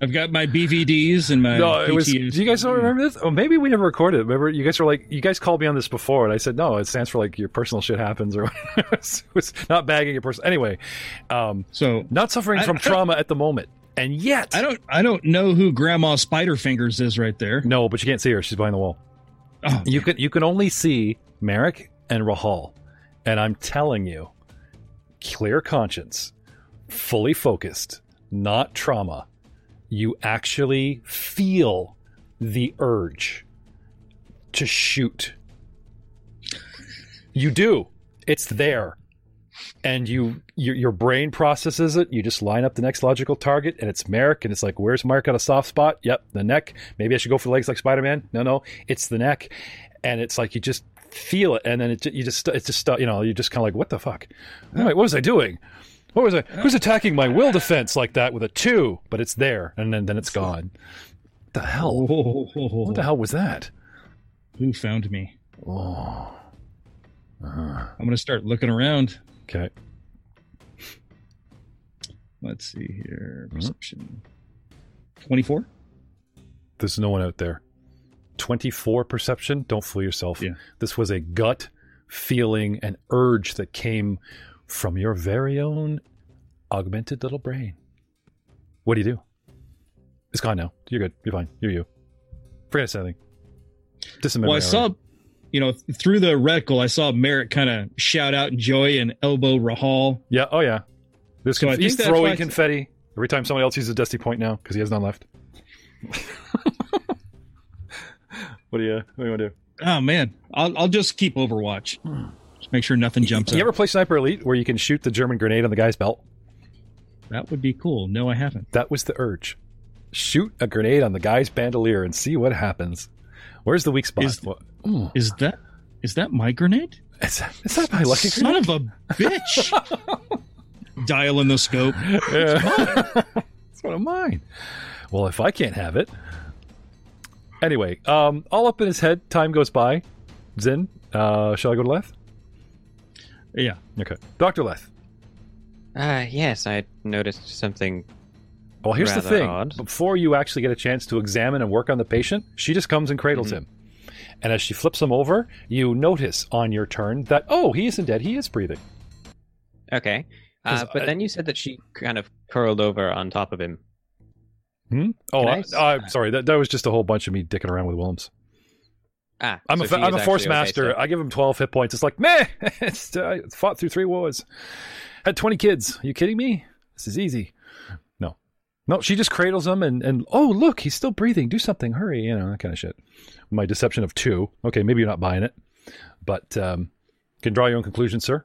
S3: I've got my BVDs and my
S2: no. It was. Do
S3: PTSD.
S2: you guys not remember this? Oh, maybe we never recorded. it. Remember, you guys were like, you guys called me on this before, and I said no. It stands for like your personal shit happens, or it was not bagging your person. Anyway, um,
S3: So
S2: not suffering
S3: I-
S2: from
S3: I don't-
S2: trauma at the moment, and yet
S3: I don't I don't know who Grandma Spider Fingers is right there.
S2: no. But you can't see her. She's behind the wall.
S3: Oh,
S2: You can you can only see Merrick and Rahal, and I'm telling you, clear conscience, fully focused, not trauma. You actually feel the urge to shoot. You do. It's there. And you your, your brain processes it. You just line up the next logical target, and it's Merrick, and it's like, where's Merrick at a soft spot? Yep, the neck. Maybe I should go for the legs like Spider Man. No, no, it's the neck and it's like you just feel it and then it ju- you just it's just you know you just kind of like what the fuck All right, what was i doing what was i who's attacking my will defense like that with a two but it's there and then, then it's gone what the hell what the hell was that
S3: Who found me?
S2: oh uh,
S3: I'm gonna start looking around.
S2: okay
S3: Let's see here.
S2: Mhm.
S3: Perception. Twenty-four.
S2: there's no one out there 24 perception don't fool yourself
S3: Yeah.
S2: this was a gut feeling and urge that came from your very own augmented little brain what do you do it's gone now you're good you're fine you're you forget something
S3: Well, I saw, you know, th- through the reticle, I saw Merrick kind of shout out in joy and elbow Rahal.
S2: yeah oh yeah there's
S3: So I
S2: conf-
S3: think
S2: he's
S3: that's why
S2: throwing
S3: I-
S2: confetti every time somebody else uses a dusty point now because he has none left what do you what do you want to do
S3: Oh man, I'll, I'll just keep Overwatch. Just make sure nothing jumps
S2: you
S3: up.
S2: ever play sniper elite where you can shoot the german grenade on the guy's belt
S3: That would be cool. No, I haven't.
S2: That was the urge. Shoot a grenade on the guy's bandolier and see what happens. Where's the weak spot?
S3: Is-
S2: Wha- Mm.
S3: Is that is that my grenade?
S2: is, that, is that my lucky
S3: Son of a bitch! Dial in the scope.
S2: grenade? Yeah. it's one of mine. Well, if I can't have it. Anyway, um, all up in his head, time goes by. Zin, uh, shall I go to Leth?
S3: Yeah.
S2: Okay. Dr. Leth.
S7: Uh, yes, I noticed something.
S2: Well, here's the
S7: Rather
S2: thing.
S7: odd.
S2: Before you actually get a chance to examine and work on the patient, she just comes and cradles
S7: Mm-hmm.
S2: him. And as she flips him over, you notice on your turn that, oh, he isn't dead. He is breathing.
S7: Okay.
S2: 'Cause
S7: Uh, but
S2: I-
S7: then you said that she kind of curled over on top of him.
S2: Hmm? Oh,
S7: Can I
S2: I,
S7: s-
S2: I, am sorry. That, that was just a whole bunch of me dicking around with Willems.
S7: Ah,
S2: I'm
S7: so
S2: a
S7: she
S2: fa- I'm
S7: is
S2: a force
S7: actually okay
S2: master.
S7: still.
S2: I give him 12 hit points. It's like, meh. It's, uh, I fought through three wars. Had 20 kids. you kidding me? This is easy. No, no. She just cradles him and and oh look, he's still breathing. Do something. Hurry. You know that kind of shit. My deception of two. Okay, maybe you're not buying it, but um, can draw your own conclusions, sir.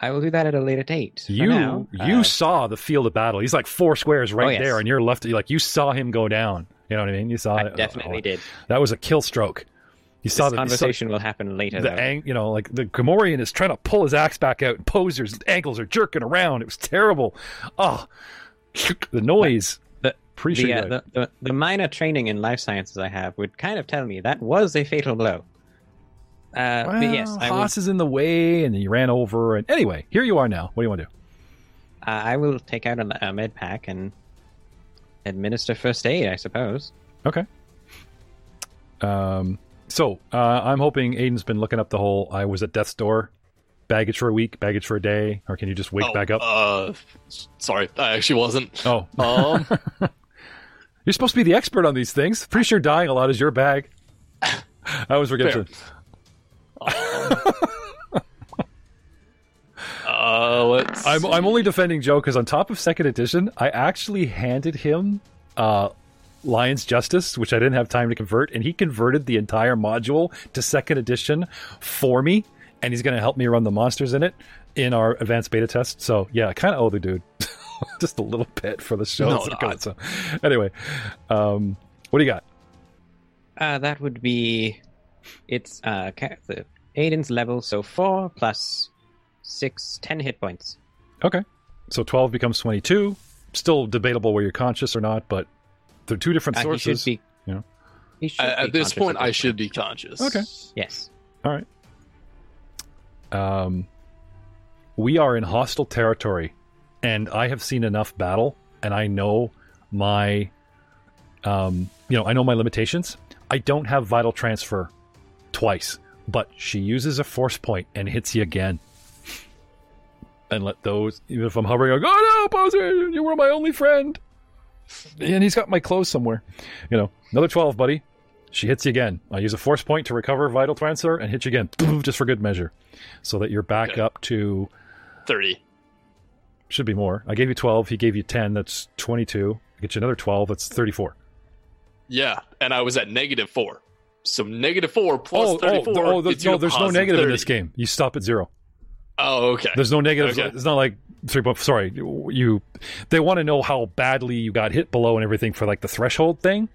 S7: I will do that at a later date. For
S2: You
S7: now,
S2: you
S7: uh,
S2: saw the field of battle. He's like four squares right
S7: Oh, yes.
S2: there, and you're left. Like you saw him go down. You know what I mean? You saw
S7: I
S2: it. Oh,
S7: definitely did.
S2: That was a kill stroke. You
S7: This
S2: saw the
S7: conversation will happen later.
S2: the
S7: though.
S2: ang- you know, like the Gamorrean is trying to pull his axe back out, and Poser's ankles are jerking around. It was terrible. Oh, the noise.
S7: The-
S2: Appreciate
S7: the, uh,
S2: that.
S7: the, the, the minor training in life sciences I have would kind of tell me that was a fatal blow. Uh,
S2: well,
S7: but yes, I will, uh,
S2: Haas is in the way, and he ran over. And anyway, here you are now. What do you want to do?
S7: I will take out a, a med pack and administer first aid, I suppose.
S2: Um, so uh, I'm hoping Aiden's been looking up the whole I was at death's door, baggage for a week, baggage for a day, or can you just wake
S5: Oh,
S2: back up?
S5: Uh, s- sorry, I actually wasn't.
S2: oh,
S5: Um,
S2: you're supposed to be the expert on these things. Pretty sure dying a lot is your bag. I always forget
S5: Fair.
S2: to.
S5: uh, let's.
S2: I'm, I'm only defending Joe because on top of second edition, I actually handed him uh, Lion's Justice, which I didn't have time to convert, and he converted the entire module to second edition for me, and he's going to help me run the monsters in it in our advanced beta test. So yeah, I kind of owe the dude just a little bit for the show.
S5: No,
S2: It's
S5: no,
S2: good,
S5: I-
S2: so anyway, um, what do you got?
S7: Uh, that would be it's uh, ca- the Aiden's level, so four plus six, ten hit points.
S2: So twelve becomes twenty-two. Still debatable where you're conscious or not, but they're two different
S7: Uh, he
S2: sources.
S7: should be.
S2: Yeah.
S7: he should
S5: at,
S7: be
S5: at this
S7: conscious
S5: point,
S7: of
S5: I should be conscious.
S2: Okay.
S7: Yes.
S2: um, we are in hostile territory, and I have seen enough battle, and I know my, um, you know, I know my limitations. I don't have vital transfer twice, but she uses a force point and hits you again. And let those, even if I'm hovering, I go, oh no, Bowser, you were my only friend. And he's got my clothes somewhere. You know, another 12, buddy. She hits you again. I use a force point to recover vital transfer and hit you again, just for good measure so that you're back
S5: Okay.
S2: up to
S5: Thirty.
S2: should be more. I gave you 12, he gave you 10, that's 22. I get you another 12, that's 34.
S5: Yeah, and I was at negative four. So negative four plus
S2: oh, oh,
S5: thirty-four.
S2: there- oh, there's,
S5: gets you
S2: no,
S5: to
S2: there's no
S5: positive
S2: negative in
S5: 30.
S2: this game. You stop at 0.
S5: Oh, okay.
S2: There's no negative.
S5: Okay.
S2: It's not like 3 point sorry, you they want to know how badly you got hit below and everything for like the threshold thing.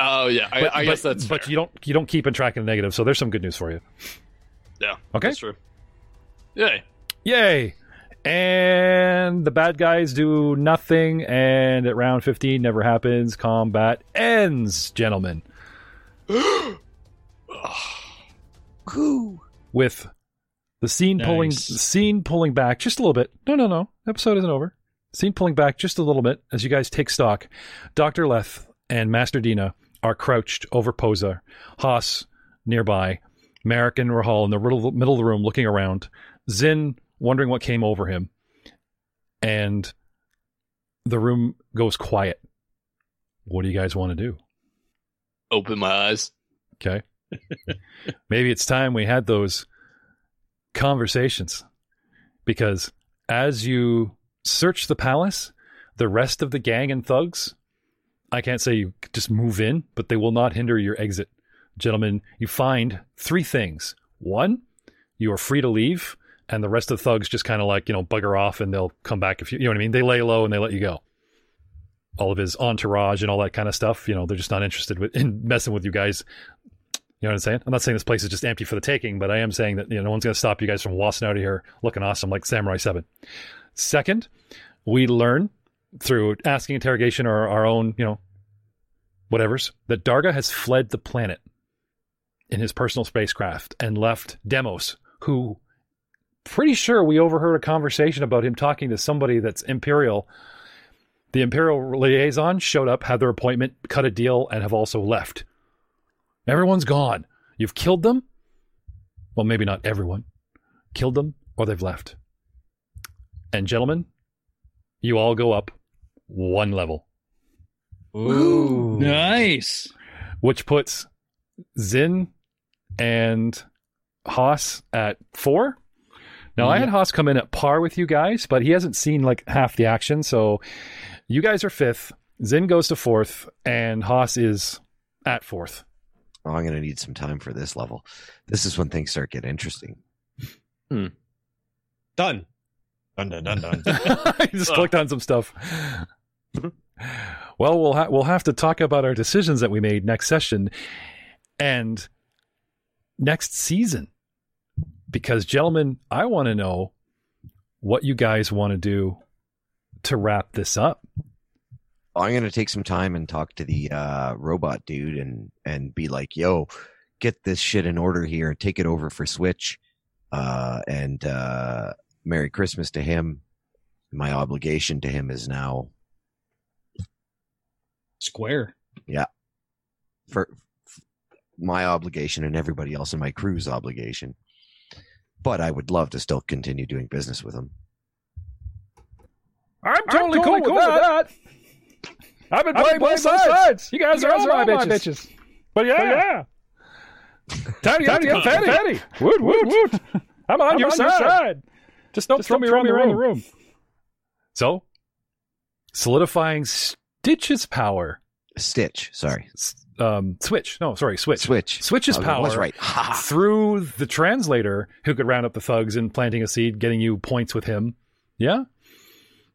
S5: Oh, yeah. I, I guess that's
S2: But
S5: fair.
S2: you don't you don't keep in track of the negative, so there's some good news for you.
S5: yeah.
S2: Okay.
S5: That's true. Yay.
S2: Yay! And the bad guys do nothing, and at round 15, never happens. Combat ends, gentlemen. With the scene pulling
S6: Nice.
S2: scene pulling back just a little bit. No, no, no. Episode isn't over. Scene pulling back just a little bit as you guys take stock. Dr. Leth and Master Dina are crouched over Posa, Haas nearby, Merrick and Rahal in the riddle- middle of the room looking around. Zin wondering what came over him, and the room goes quiet. What do you guys want to do?
S5: Open my eyes.
S2: Okay. Maybe it's time we had those conversations because as you search the palace, the rest of the gang and thugs, I can't say you just move in, but they will not hinder your exit. Gentlemen, you find three things. One, you are free to leave, and the rest of the thugs just kind of like, you know, bugger off and they'll come back if you, you know what I mean? They lay low and they let you go all of his entourage and all that kind of stuff. You know, they're just not interested with, in messing with you guys. You know what I'm saying? I'm not saying this place is just empty for the taking, but I am saying that you know no one's going to stop you guys from waltzing out of here looking awesome like Samurai Seven. Second, we learn through asking interrogation or our own, you know, whatever's that Darga has fled the planet in his personal spacecraft and left Demos, who pretty sure we overheard a conversation about him talking to somebody that's Imperial the Imperial liaison showed up, had their appointment, cut a deal, and have also left. Everyone's gone. You've killed them? Well, maybe not everyone. Killed them, or they've left. And, gentlemen, you all go up one level,
S6: Ooh.
S3: Nice.
S2: which puts Zin and Haas at four. Now, I had Haas come in at par with you guys, but he hasn't seen like half the action. So you guys are fifth. Zin goes to fourth, and Haas is at fourth.
S1: Oh, I'm going to need some time for this level. This is when things start getting interesting.
S6: Done.
S4: Dun dun dun dun.
S2: I just clicked on some stuff. Mm-hmm. Well, we'll ha- we'll have to talk about our decisions that we made next session, and next season. Because, gentlemen, I want to know what you guys want to do to wrap this up.
S8: I'm going to take some time and talk to the uh, robot dude and and be like, "Yo, get this shit in order here and take it over for Switch." Uh, and uh, Merry Christmas to him. My obligation to him is now
S3: Square.
S8: for, f my obligation and everybody else in my crew's obligation. But I would love to still continue doing business with him.
S2: I'm totally, cool, with, that.
S9: I've been playing
S2: I've been
S9: both
S2: playing both
S9: sides.
S2: sides.
S9: You guys
S2: You
S9: are
S2: guys
S9: all my bitches.
S2: But yeah, yeah.
S9: Time to get,
S2: Time to get
S9: fatty.
S2: fatty.
S9: Woot, woot, woot.
S2: I'm on,
S9: I'm
S2: your,
S9: on
S2: side.
S9: your side.
S2: Just don't
S9: Just
S2: throw
S9: don't
S2: me
S9: throw
S2: around,
S9: me
S2: the,
S9: around
S2: room.
S9: the room.
S2: So, solidifying Stitch's power.
S8: Stitch, sorry.
S2: S- Um, Switch. No, sorry, Switch.
S8: Switch.
S2: Switch's
S8: I
S2: power
S8: Oh, was right. Ah. Ha.
S2: through the translator who could round up the thugs and planting a seed, getting you points with him. Yeah?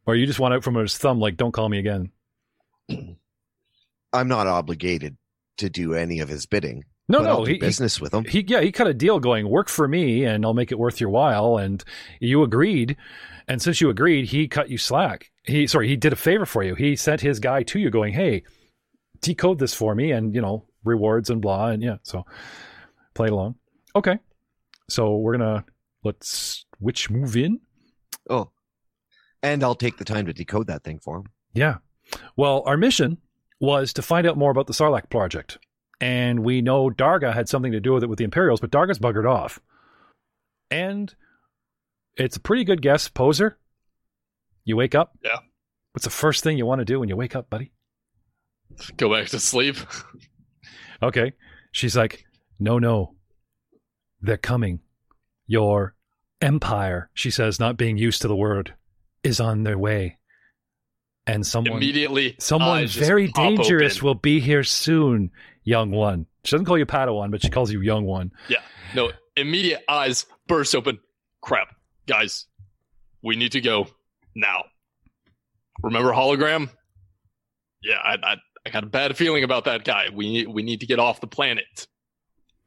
S2: Or you just want out from his thumb, like, don't call me again.
S8: I'm not obligated to do any of his bidding.
S2: No,
S8: but
S2: no.
S8: I'll do
S2: he- he,
S8: business with him.
S2: he yeah he cut a deal going work for me and i'll make it worth your while and you agreed and since you agreed he cut you slack he sorry he did a favor for you he sent his guy to you going hey decode this for me and you know rewards and blah and yeah so play it along okay so we're gonna let's which move in
S8: Oh. And I'll take the time to decode that thing for him.
S2: Yeah. Well, our mission was to find out more about the Sarlacc project. And we know Darga had something to do with it with the Imperials, but Darga's buggered off. And it's a pretty good guess, poser. You wake up.
S5: Yeah.
S2: What's the first thing you want to do when you wake up, buddy?
S5: Go back to sleep.
S2: Okay. She's like, no, no. They're coming. Your empire, she says, not being used to the word, is on their way. And someone
S5: Immediately,
S2: Someone
S5: eyes just
S2: very
S5: pop
S2: dangerous
S5: open.
S2: will be here soon, young one. She doesn't call you Padawan, but she calls you young one.
S5: No, immediate eyes burst open. Crap, guys, we need to go now. Remember hologram? Yeah, I, I, I got a bad feeling about that guy. We need, we need to get off the planet.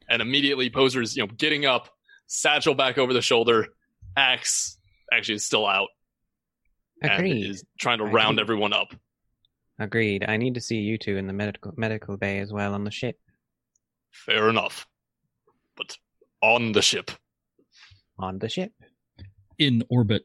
S5: And immediately, posers, you know, getting up, satchel back over the shoulder, axe actually is still out and
S6: Agreed.
S5: is trying to round
S6: Agreed.
S5: everyone up.
S6: Agreed. I need to see you two in the medical medical bay as well on the ship.
S5: Fair enough, but on the ship.
S6: On the ship.
S3: In orbit.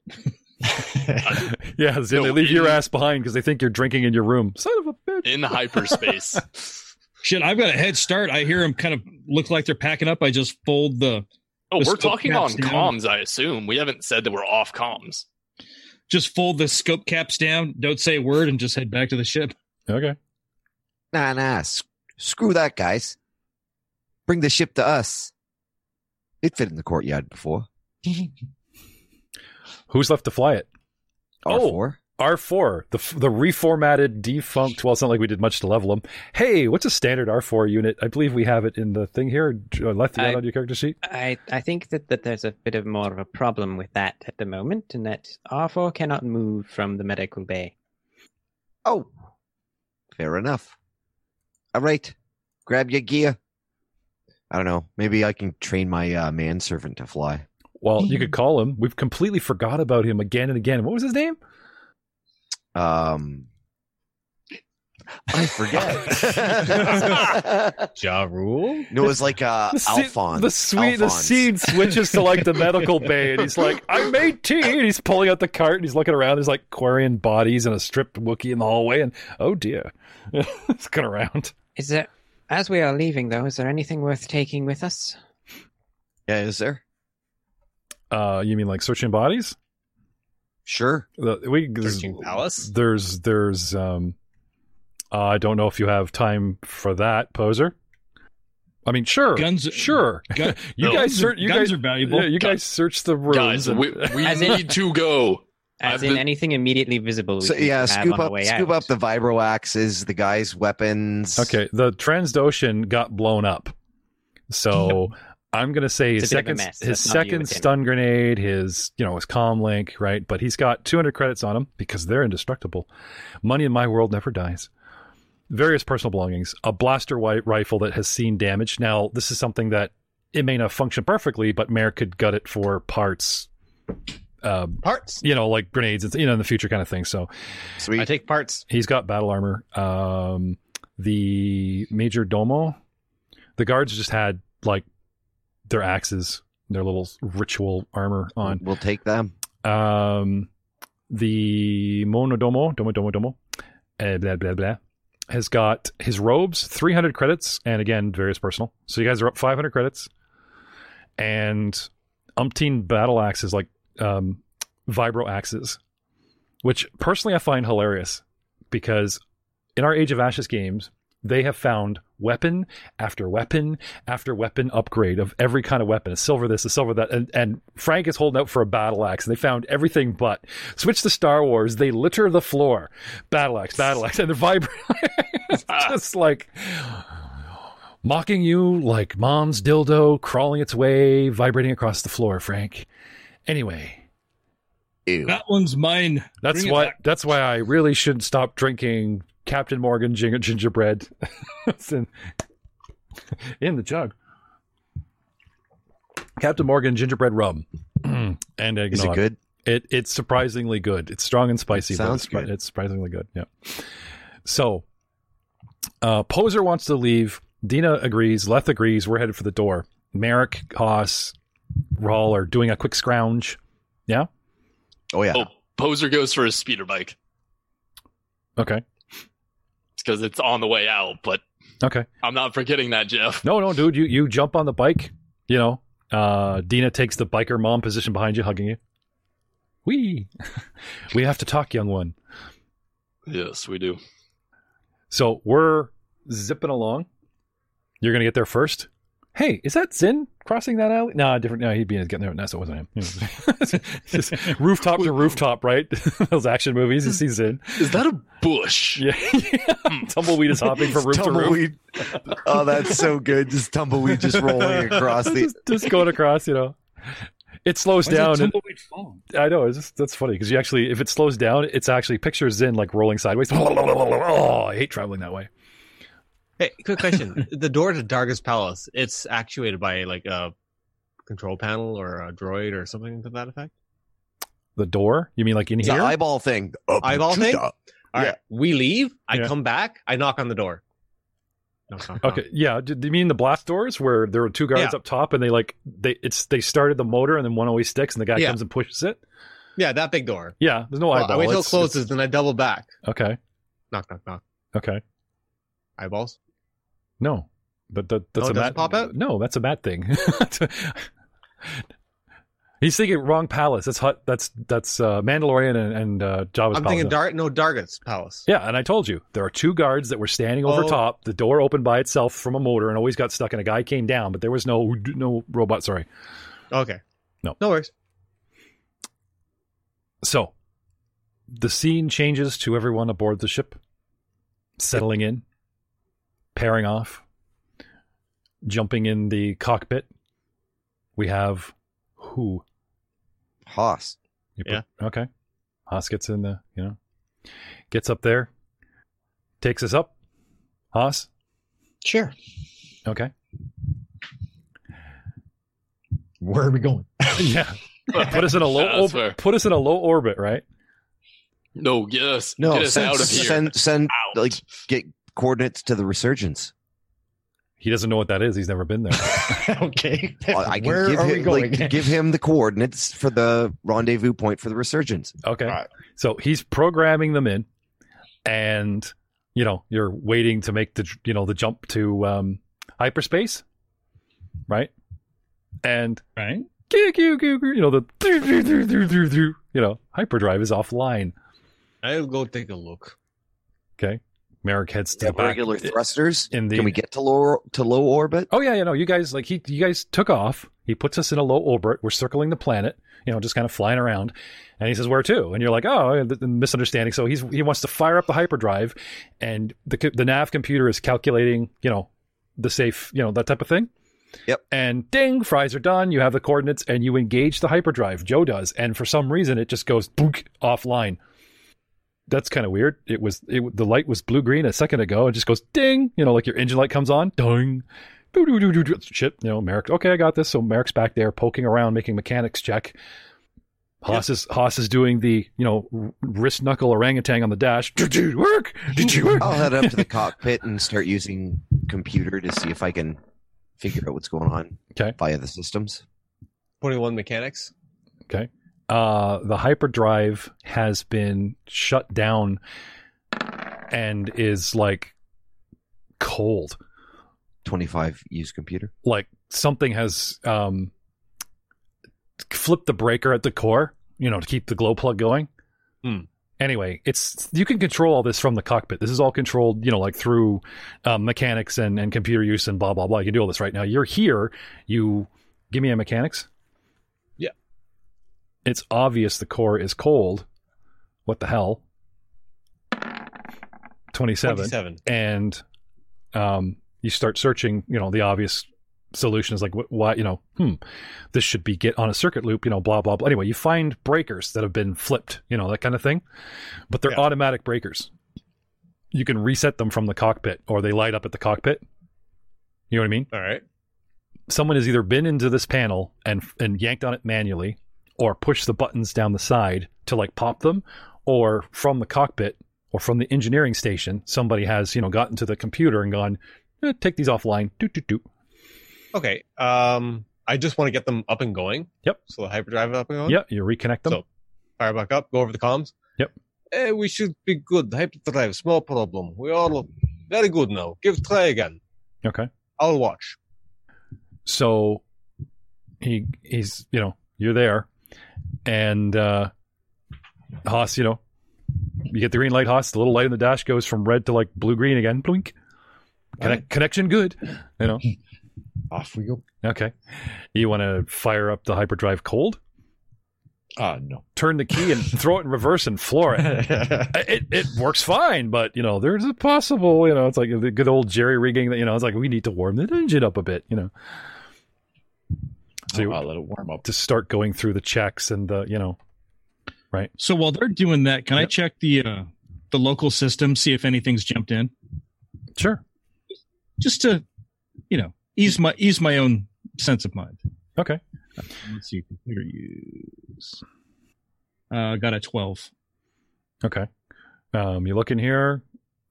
S2: Yeah, and
S5: No,
S2: they leave your
S5: in-
S2: ass behind because they think you're drinking in your room. Son of a bitch.
S5: in hyperspace.
S3: Shit, I've got a head start. I hear them kind of look like they're packing up. I just fold the
S5: oh,
S3: The
S5: we're
S3: scope
S5: talking on
S3: caps down.
S5: comms, I assume. We haven't said that we're off comms.
S3: just fold the scope caps down. Don't say a word and just head back to the ship.
S2: Okay.
S8: Nah, nah. s- Screw that, guys. Bring the ship to us. It fit in the courtyard before.
S2: Who's left to fly it? Oh.
S8: R4.
S2: R4, the f- the reformatted, defunct. Well, it's not like we did much to level them. Hey, what's a standard R4 unit? I believe we have it in the thing here. J- uh, Left you got
S6: I-
S2: it on your character sheet.
S6: I, I think that, that there's a bit of more of a problem with that at the moment, and that R4 cannot move from the medical bay.
S8: Oh, fair enough. All right, grab your gear. I don't know. Maybe I can train my uh, manservant to fly.
S2: Well, you could call him. We've completely forgot about him again and again. What was his name?
S8: Um, I forget.
S5: forget.
S4: Ja Rule?
S8: no, it was like uh,
S2: The scene-
S8: Alphonse.
S2: The sweet the
S8: Alphonse.
S2: scene switches to like the medical bay, and he's like, "I made tea." And he's pulling out the cart, and he's looking around. There's like Quarian bodies and a stripped Wookiee in the hallway, and oh dear, it's going around.
S6: Is there, as we are leaving though, is there anything worth taking with us?
S8: Yeah, is there?
S2: Uh, you mean like searching bodies?
S8: Sure.
S2: The- we-
S4: Searching palace?
S2: There's there's um, uh, I don't know if you have time for that, poser. I mean, sure,
S3: Guns-
S2: sure.
S3: Gun-
S2: you
S5: No.
S2: guys, search. you
S3: guns
S2: guys,
S3: are valuable.
S2: yeah, you guys search the rooms.
S5: Guys,
S2: and-
S5: we, we
S6: As in-
S5: need to go.
S6: As
S5: I've
S6: in
S5: been-
S6: anything immediately visible? We
S8: So
S6: can
S8: yeah,
S6: grab
S8: scoop
S6: on our
S8: up,
S6: way
S8: scoop
S6: out?
S8: up the vibro axes, the guys' weapons.
S2: Okay, the Transdotion got blown up. So I'm gonna say his
S6: It's a bit of a
S2: second
S6: mess.
S2: his
S6: That's not you,
S2: second
S6: it's him.
S2: stun grenade, his you know his comm link, right? But he's got 200 credits on him because they're indestructible. Money in my world never dies. Various personal belongings, a blaster wi- rifle that has seen damage. Now this is something that it may not function perfectly, but Mare could gut it for parts, um,
S6: Parts.
S2: you know, like grenades, and th- you know, in the future kind of thing. So
S1: Sweet.
S6: I take parts.
S2: He's got battle armor. Um, the major domo, the guards just had like their axes, their little ritual armor on.
S1: We'll take them.
S2: Um, the monodomo, domo domo domo, eh, blah blah blah, has got his robes, three hundred credits, and again various personal. So you guys are up five hundred credits, and umpteen battle axes like um, vibro axes, which personally I find hilarious because in our Age of Ashes games, they have found weapon after weapon after weapon upgrade of every kind of weapon a silver this, a silver that. And, and Frank is holding out for a battle axe, and they found everything but. Switch to Star Wars, they litter the floor. Battle axe, battle axe, and the vibrate. it's just like. Mocking you like mom's dildo crawling its way, vibrating across the floor, Frank. Anyway,
S1: Ew.
S3: That one's mine.
S2: that's
S3: Bring it
S2: why.
S3: back.
S2: That's why I really should stop drinking Captain Morgan gin- gingerbread It's in, in the jug. Captain Morgan gingerbread rum and eggnog.
S1: Is it good?
S2: It it's surprisingly good. It's strong and spicy. but
S1: Sounds
S2: it's, but
S1: good.
S2: It's surprisingly good. Yeah. So, uh, Poser wants to leave. Dina agrees. Leth agrees. We're headed for the door. Merrick, Haas, Rawl are doing a quick scrounge.
S1: Oh yeah.
S5: Oh, Poser goes for his speeder bike
S2: Okay.
S5: because it's on the way out. But
S2: Okay.
S5: I'm not forgetting that, Jeff.
S2: No, no, dude. You you jump on the bike. You know, uh, Dina takes the biker mom position behind you, hugging you. We we have to talk, young one.
S5: Yes, we do.
S2: So we're zipping along. You're gonna get there first. Hey, is that Zin crossing that alley? No, different. No, he'd be getting there. No, so it wasn't him. You know, just rooftop to rooftop, right? Those action movies. You see Zin.
S5: Is that a bush?
S2: Yeah, tumbleweed is hopping from roof to roof.
S1: tumbleweed. oh, that's so good. Just tumbleweed just rolling across the.
S2: just, just going across, you know. It slows
S3: Why is that
S2: down. and-
S3: tumbleweed falling?
S2: I know. It's just, that's funny because you actually, if it slows down, it's actually pictures in like rolling sideways. Oh, I hate traveling that way.
S6: Hey, quick question. the door to Darga's palace, it's actuated by like a control panel or a droid or something to that effect.
S2: The door? You mean like in
S1: The
S2: here?
S1: eyeball thing. Oh,
S6: Eyeball thing? All right,
S1: Yeah.
S6: we leave. I
S2: Yeah.
S6: come back. I knock on the door. Knock, knock, knock.
S2: Okay, yeah. Do do you mean the blast doors where there were two guards
S6: Yeah.
S2: up top and they like they it's they started the motor and then one always sticks and the guy
S6: Yeah.
S2: comes and pushes it?
S6: Yeah, that big door.
S2: Yeah, there's no
S6: Well,
S2: eyeball.
S6: I wait till it
S2: It's-
S6: closes, then I double back.
S2: Okay,
S6: Knock, knock, knock.
S2: okay.
S6: Eyeballs.
S2: No, but that, that's a
S6: No, Oh, it doesn't
S2: bad
S6: pop out?
S2: No, that's a bad thing. He's thinking wrong palace. That's hot. That's that's uh, Mandalorian and, and uh, Java's
S6: I'm
S2: palace.
S6: thinking Dar- no Darga's palace.
S2: Yeah, and I told you there are two guards that were standing over
S6: Oh.
S2: top. The door opened by itself from a motor and always got stuck, and a guy came down, but there was no no robot. Sorry.
S6: Okay.
S2: No.
S6: No worries.
S2: So, the scene changes to everyone aboard the ship, settling in, pairing off, jumping in the cockpit. We have who?
S1: Haas.
S2: You
S6: Yeah.
S2: Okay. Haas gets in the, you know, gets up there, takes us up. Haas.
S4: Sure.
S2: Okay.
S4: Where are we going?
S2: yeah. Put us in a low.
S5: Yeah, that's
S2: or-
S5: fair.
S2: put us in a low orbit, right?
S5: No, yes.
S1: No,
S5: Get us
S1: send,
S5: out of here.
S1: send send
S5: Out.
S1: like get coordinates to the resurgence.
S2: He doesn't know what that is. He's never been there.
S4: okay.
S1: Uh, I can
S4: Where
S1: give
S4: are
S1: him,
S4: we going?
S1: Like, give him the coordinates for the rendezvous point for the resurgence.
S2: Okay.
S4: Right.
S2: So he's programming them in, and you know you're waiting to make the you know the jump to um, hyperspace, right? And
S3: Right?
S2: you know the you know hyperdrive is offline.
S6: I'll go take a look.
S2: Okay. Merrick heads to the back.
S1: regular thrusters.
S2: in the-
S1: Can we get to low to low orbit?
S2: Oh yeah, you know, you guys like he, you guys took off. He puts us in a low orbit. We're circling the planet, you know, just kind of flying around. And he says, "Where to?" And you're like, "Oh, the, the misunderstanding." So he's he wants to fire up the hyperdrive, and the co- the nav computer is calculating, you know, the safe, you know, that type of thing.
S1: Yep.
S2: And ding, fries are done. You have the coordinates, and you engage the hyperdrive. Joe does, and for some reason, it just goes boonk, offline. That's kind of weird. It was it, the light was blue green a second ago, and just goes ding. You know, like your engine light comes on, ding Boo-doo-doo-doo-doo. Shit, you know, Merrick. Okay, I got this. So Merrick's back there poking around, making mechanics check. Haas is Haas is doing the you know r- wrist knuckle orangutan on the dash. Did you work? Did you work?
S1: I'll head up to the cockpit and start using computer to see if I can figure out what's going on
S2: Okay.
S1: via the systems.
S6: 21 mechanics.
S2: uh, the hyperdrive has been shut down and is like cold.
S1: Twenty-five use computer.
S2: Like something has um, flipped the breaker at the core, you know, to keep the glow plug going.
S6: Hmm.
S2: Anyway, it's you can control all this from the cockpit. This is all controlled, you know, like through um, mechanics and, and computer use and blah blah blah. You can do all this right now. You're here. You give me a mechanics.
S6: Yeah.
S2: It's obvious the core is cold. What the hell? 27
S6: 27.
S2: and um, you start searching. You know, the obvious solution is like, wh- why? You know, hmm, this should be get on a circuit loop. You know, blah blah blah. Anyway, you find breakers that have been flipped. You know, that kind of thing, but they're
S6: Yeah.
S2: automatic breakers. You can reset them from the cockpit, or they light up at the cockpit. You know what I mean?
S6: All right.
S2: Someone has either been into this panel and and yanked on it manually, or pushed the buttons down the side to like pop them, or from the cockpit or from the engineering station, somebody has you know gotten to the computer and gone, eh, take these offline. Doot doot doot.
S6: Okay. Um, I just want to get them up and going.
S2: Yep.
S6: So the hyperdrive up and going.
S2: Yeah, you reconnect them.
S6: So- Fire back up. Go over the comms.
S2: Yep.
S6: Eh, we should be good. Hyperdrive, small problem. We all very good now. Give try again.
S2: okay.
S6: I'll watch.
S2: So he he's you know you're there, and uh, Haas you know you get the green light. Haas the little light in the dash goes from red to like blue green again. Blink. Connect, Connection good. You know.
S4: Off we go.
S2: Okay. You want to fire up the hyperdrive cold?
S4: Ah, no.
S2: Turn the key and throw it in reverse and floor it. it it works fine, but you know, there's a possible, you know, it's like the good old jerry rigging that you know, it's like we need to warm the engine up a bit, you know. So
S4: I'll
S2: you
S4: let it warm up.
S2: to start going through the checks and the, you know,
S3: So while they're doing that, can I
S2: Yep.
S3: check the uh, the local system, see if anything's jumped in,
S2: sure.
S3: just to, you know, ease my ease my own sense of mind.
S2: Okay.
S3: Let's see, computer use. Uh, got a twelve.
S2: Okay. Um, you look in here,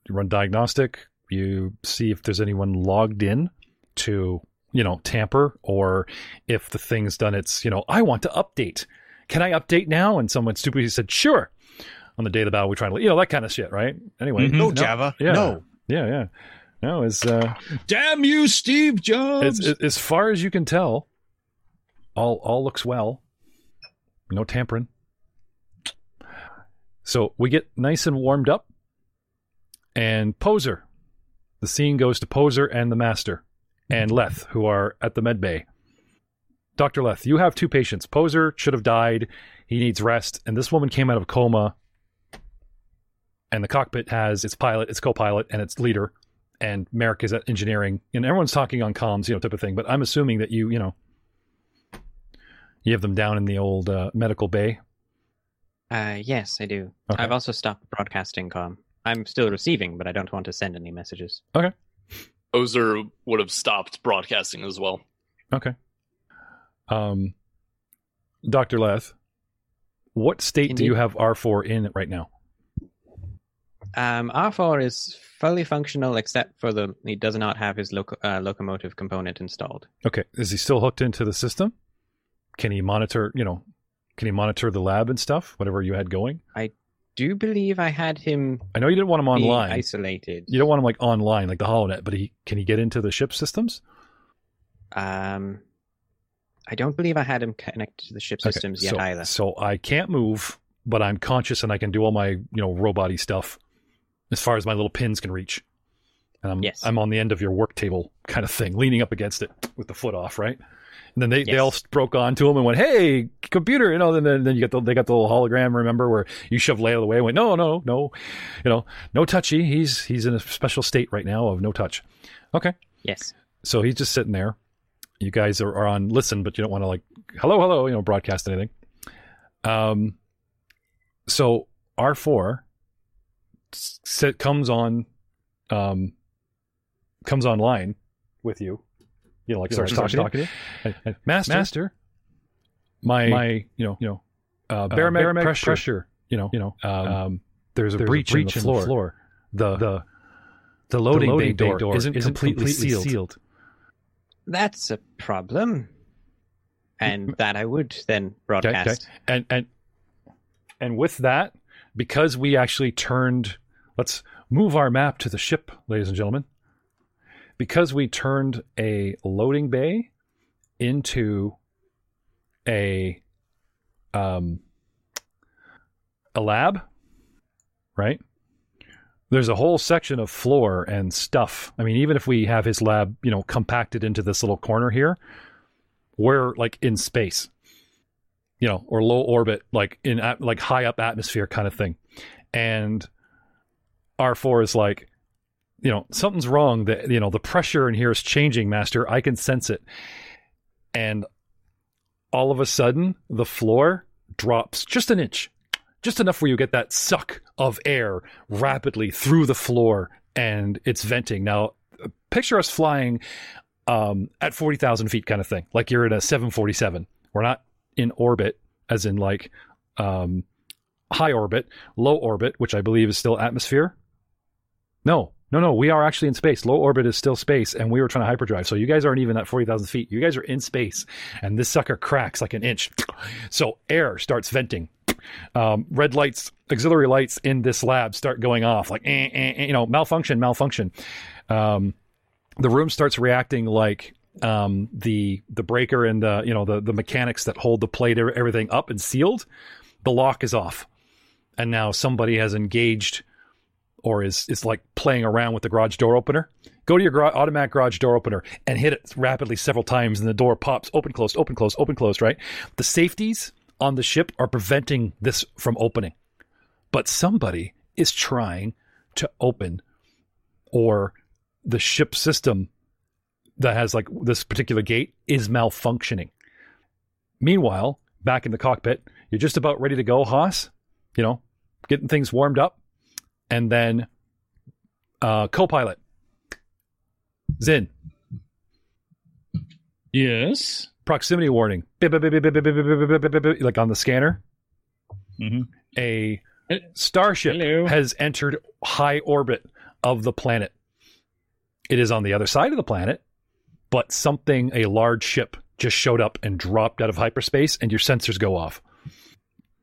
S2: you run diagnostic, you see if there's anyone logged in to, you know, tamper or if the thing's done its, you know, I want to update. Can I update now? And someone stupidly said, sure. On the day of the battle, we try to, you know, that kind of shit, right? Anyway,
S3: Mhm.
S6: No, Java.
S2: Yeah.
S6: No.
S2: Yeah, yeah. No, as uh,
S3: Damn you, Steve
S2: as,
S3: Jobs!
S2: as- as far as you can tell, all all looks well. No tampering. So we get nice and warmed up. And Poser, the scene goes to Poser and the Master, and Leth, who are at the med bay. Doctor Leth, you have two patients. Poser should have died. He needs rest, and this woman came out of coma. And the cockpit has its pilot, its co-pilot, and its leader and Merrick is at engineering, and everyone's talking on comms, you know, type of thing. But I'm assuming that you, you know, you have them down in the old uh, medical bay.
S7: Uh, yes, I do.
S2: Okay.
S7: I've also stopped broadcasting com. I'm still receiving, but I don't want to send any messages.
S5: Ozer would have stopped broadcasting as well.
S2: Okay. Um, Doctor Leth, what state do
S7: Indeed.
S2: you have R4 in right now?
S7: Um, R4 is fully functional except for the he does not have his loco- uh, locomotive component installed.
S2: Okay, is he still hooked into the system? Can he monitor? You know, can he monitor the lab and stuff? Whatever you had going.
S7: Do believe I had him
S2: I know you didn't want him
S7: be
S2: online.
S7: isolated.
S2: You don't want him like online, like the holonet. But he can he get into the ship systems?
S7: Um, I don't believe I had him connected to the ship
S2: Okay,
S7: systems yet
S2: so,
S7: either.
S2: So I can't move, but I'm conscious and I can do all my, you know, roboty stuff as far as my little pins can reach. And I'm,
S7: Yes.
S2: I'm on the end of your work table kind of thing, leaning up against it with the foot off, right? And then they, they
S7: Yes.
S2: all broke onto him and went, "Hey, computer!" You know, then then, then you get the, they got the little hologram. Remember where you shoved Leia away? And went, "No, no, no, you know, no touchy. He's he's in a special state right now of no touch."
S7: Yes.
S2: So he's just sitting there. You guys are, are on listen, but you don't want to like hello, hello, you know, broadcast anything. Um, so R four comes on, um, comes online with you, you know, like
S8: You
S2: starts
S8: know, like,
S2: talking, talking to you. And- and, Master, Master, my, my, you know, you know, uh, barometric,
S8: barometric
S2: pressure,
S8: pressure,
S2: you know, you know, um,
S8: um,
S2: there's a
S8: there's a
S2: breach,
S8: breach
S2: in
S8: in
S2: the
S8: the
S2: floor.
S8: floor.
S2: The the the
S8: loading
S2: loading,
S8: bay
S2: bay, door,
S8: door
S2: isn't,
S8: isn't
S2: completely,
S8: completely
S2: sealed.
S8: sealed.
S7: That's a problem. And that I would then broadcast.
S2: and and and with that because we actually turned let's move our map to the ship ladies and gentlemen because we turned a loading bay into a um a lab right there's a whole section of floor and stuff i mean even if we have his lab you know compacted into this little corner here we're like in space you know, or low orbit, like in at- like high up atmosphere kind of thing. And R four is like, you know, something's wrong. That you know, the pressure in here is changing, Master. I can sense it. And all of a sudden, the floor drops just an inch, just enough where you get that suck of air rapidly through the floor, and it's venting. Now, picture us flying um, at forty thousand feet, kind of thing. Like you're in a seven forty seven. We're not in orbit, as in like um, high orbit, low orbit, which I believe is still atmosphere. No, no, no. We are actually in space. Low orbit is still space, and we were trying to hyperdrive. So you guys aren't even at 40,000 feet. You guys are in space, and this sucker cracks like an inch. So air starts venting. Um, red lights, auxiliary lights in this lab start going off, like, eh, eh, eh, you know, malfunction, malfunction. Um, the room starts reacting like um, the the breaker and the you know the the mechanics that hold the plate er- everything up and sealed. The lock is off, and now somebody has engaged or is is like playing around with the garage door opener. Go to your gra- automatic garage door opener and hit it rapidly several times, and the door pops open, closed, open, closed, open, closed. Right. The safeties on the ship are preventing this from opening, but somebody is trying to open or the ship system that has like this particular gate is malfunctioning. Meanwhile, back in the cockpit, you're just about ready to go, Haas, you know, getting things warmed up. And then uh co pilot. Zin,
S3: Yes.
S2: proximity warning. Bip, bip, bip, bip, bip, bip, bip, bip, bip, bip, bip, Like on the scanner.
S3: Mhm.
S2: A
S3: Uh,
S2: starship
S3: hello.
S2: has entered high orbit of the planet. It is on the other side of the planet, but something, a large ship, just showed up and dropped out of hyperspace, and your sensors go off.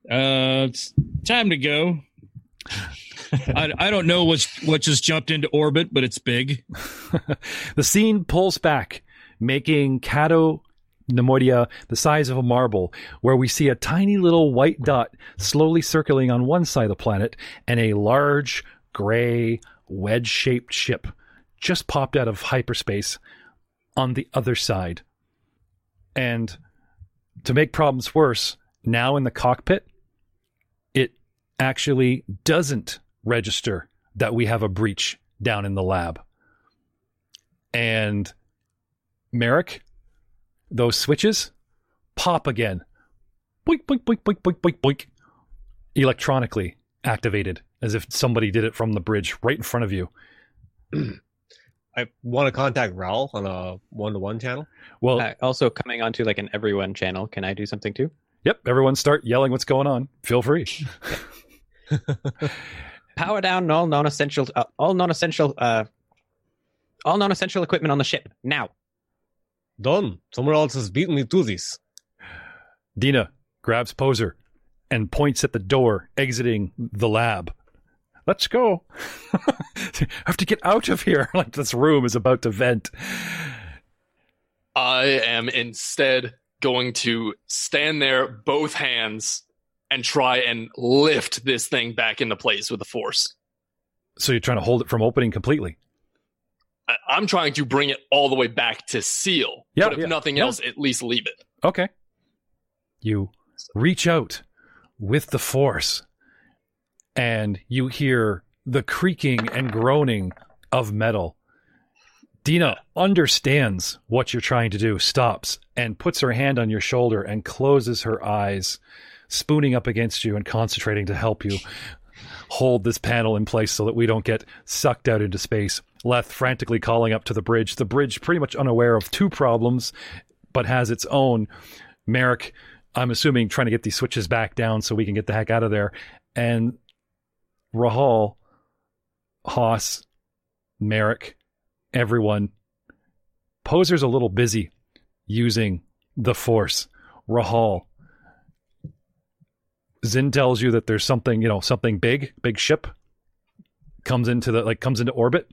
S3: Uh, it's time to go. I, I don't know what's what just jumped into orbit, but it's big.
S2: the scene pulls back, making Cato Nemoidia the size of a marble, where we see a tiny little white dot slowly circling on one side of the planet and a large gray wedge shaped ship just popped out of hyperspace on the other side. And to make problems worse, now in the cockpit, it actually doesn't register that we have a breach down in the lab and Merrick, those switches pop again. Boink, boink, boink, boink, boink, boink, boink. Electronically activated as if somebody did it from the bridge right in front of you.
S6: I want to contact Raul on a one-to-one channel.
S2: Well,
S7: Uh, also, coming onto like an everyone channel, can I do something too?
S2: yep, everyone start yelling what's going on. Feel free.
S7: Power down all non-essential, uh, all non-essential, uh, all non-essential equipment on the ship now.
S6: Done. Someone else has beaten me to this.
S2: Dina grabs Poser and points at the door exiting the lab. Let's go. I have to get out of here. Like this room is about to vent.
S5: I am instead going to stand there, both hands, and try and lift this thing back into place with the force.
S2: So you're trying to hold it from opening completely.
S5: I- I'm trying to bring it all the way back to seal.
S2: Yeah,
S5: but if
S2: yeah.
S5: nothing else, at least leave it.
S2: Okay. You reach out with the force, and you hear the creaking and groaning of metal. Dina understands what you're trying to do, stops, and puts her hand on your shoulder and closes her eyes, spooning up against you and concentrating to help you. hold this panel in place so that we don't get sucked out into space. Leth frantically calling up to the bridge. The bridge, pretty much unaware of two problems, but has its own. Merrick, I'm assuming, trying to get these switches back down so we can get the heck out of there. And Rahal, Haas, Merrick, everyone. Poser's a little busy using the Force. Rahal, Zin tells you that there's something, you know, something big, big ship comes into the like comes into orbit,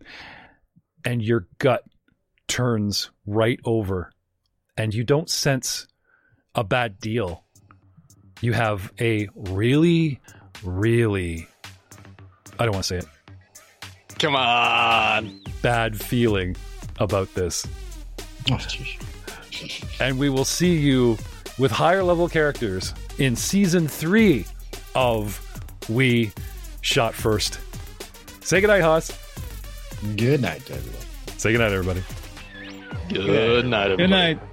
S2: and your gut turns right over, and you don't sense a bad deal. You have a really, really I don't want to say it,
S5: Come on.
S2: bad feeling about this.
S4: Oh, jeez.
S2: and we will see you with higher level characters in season three of We Shot First. Say goodnight, Haas.
S4: Good night, everyone.
S2: Say goodnight, everybody.
S5: Good night, everybody.
S3: Good night.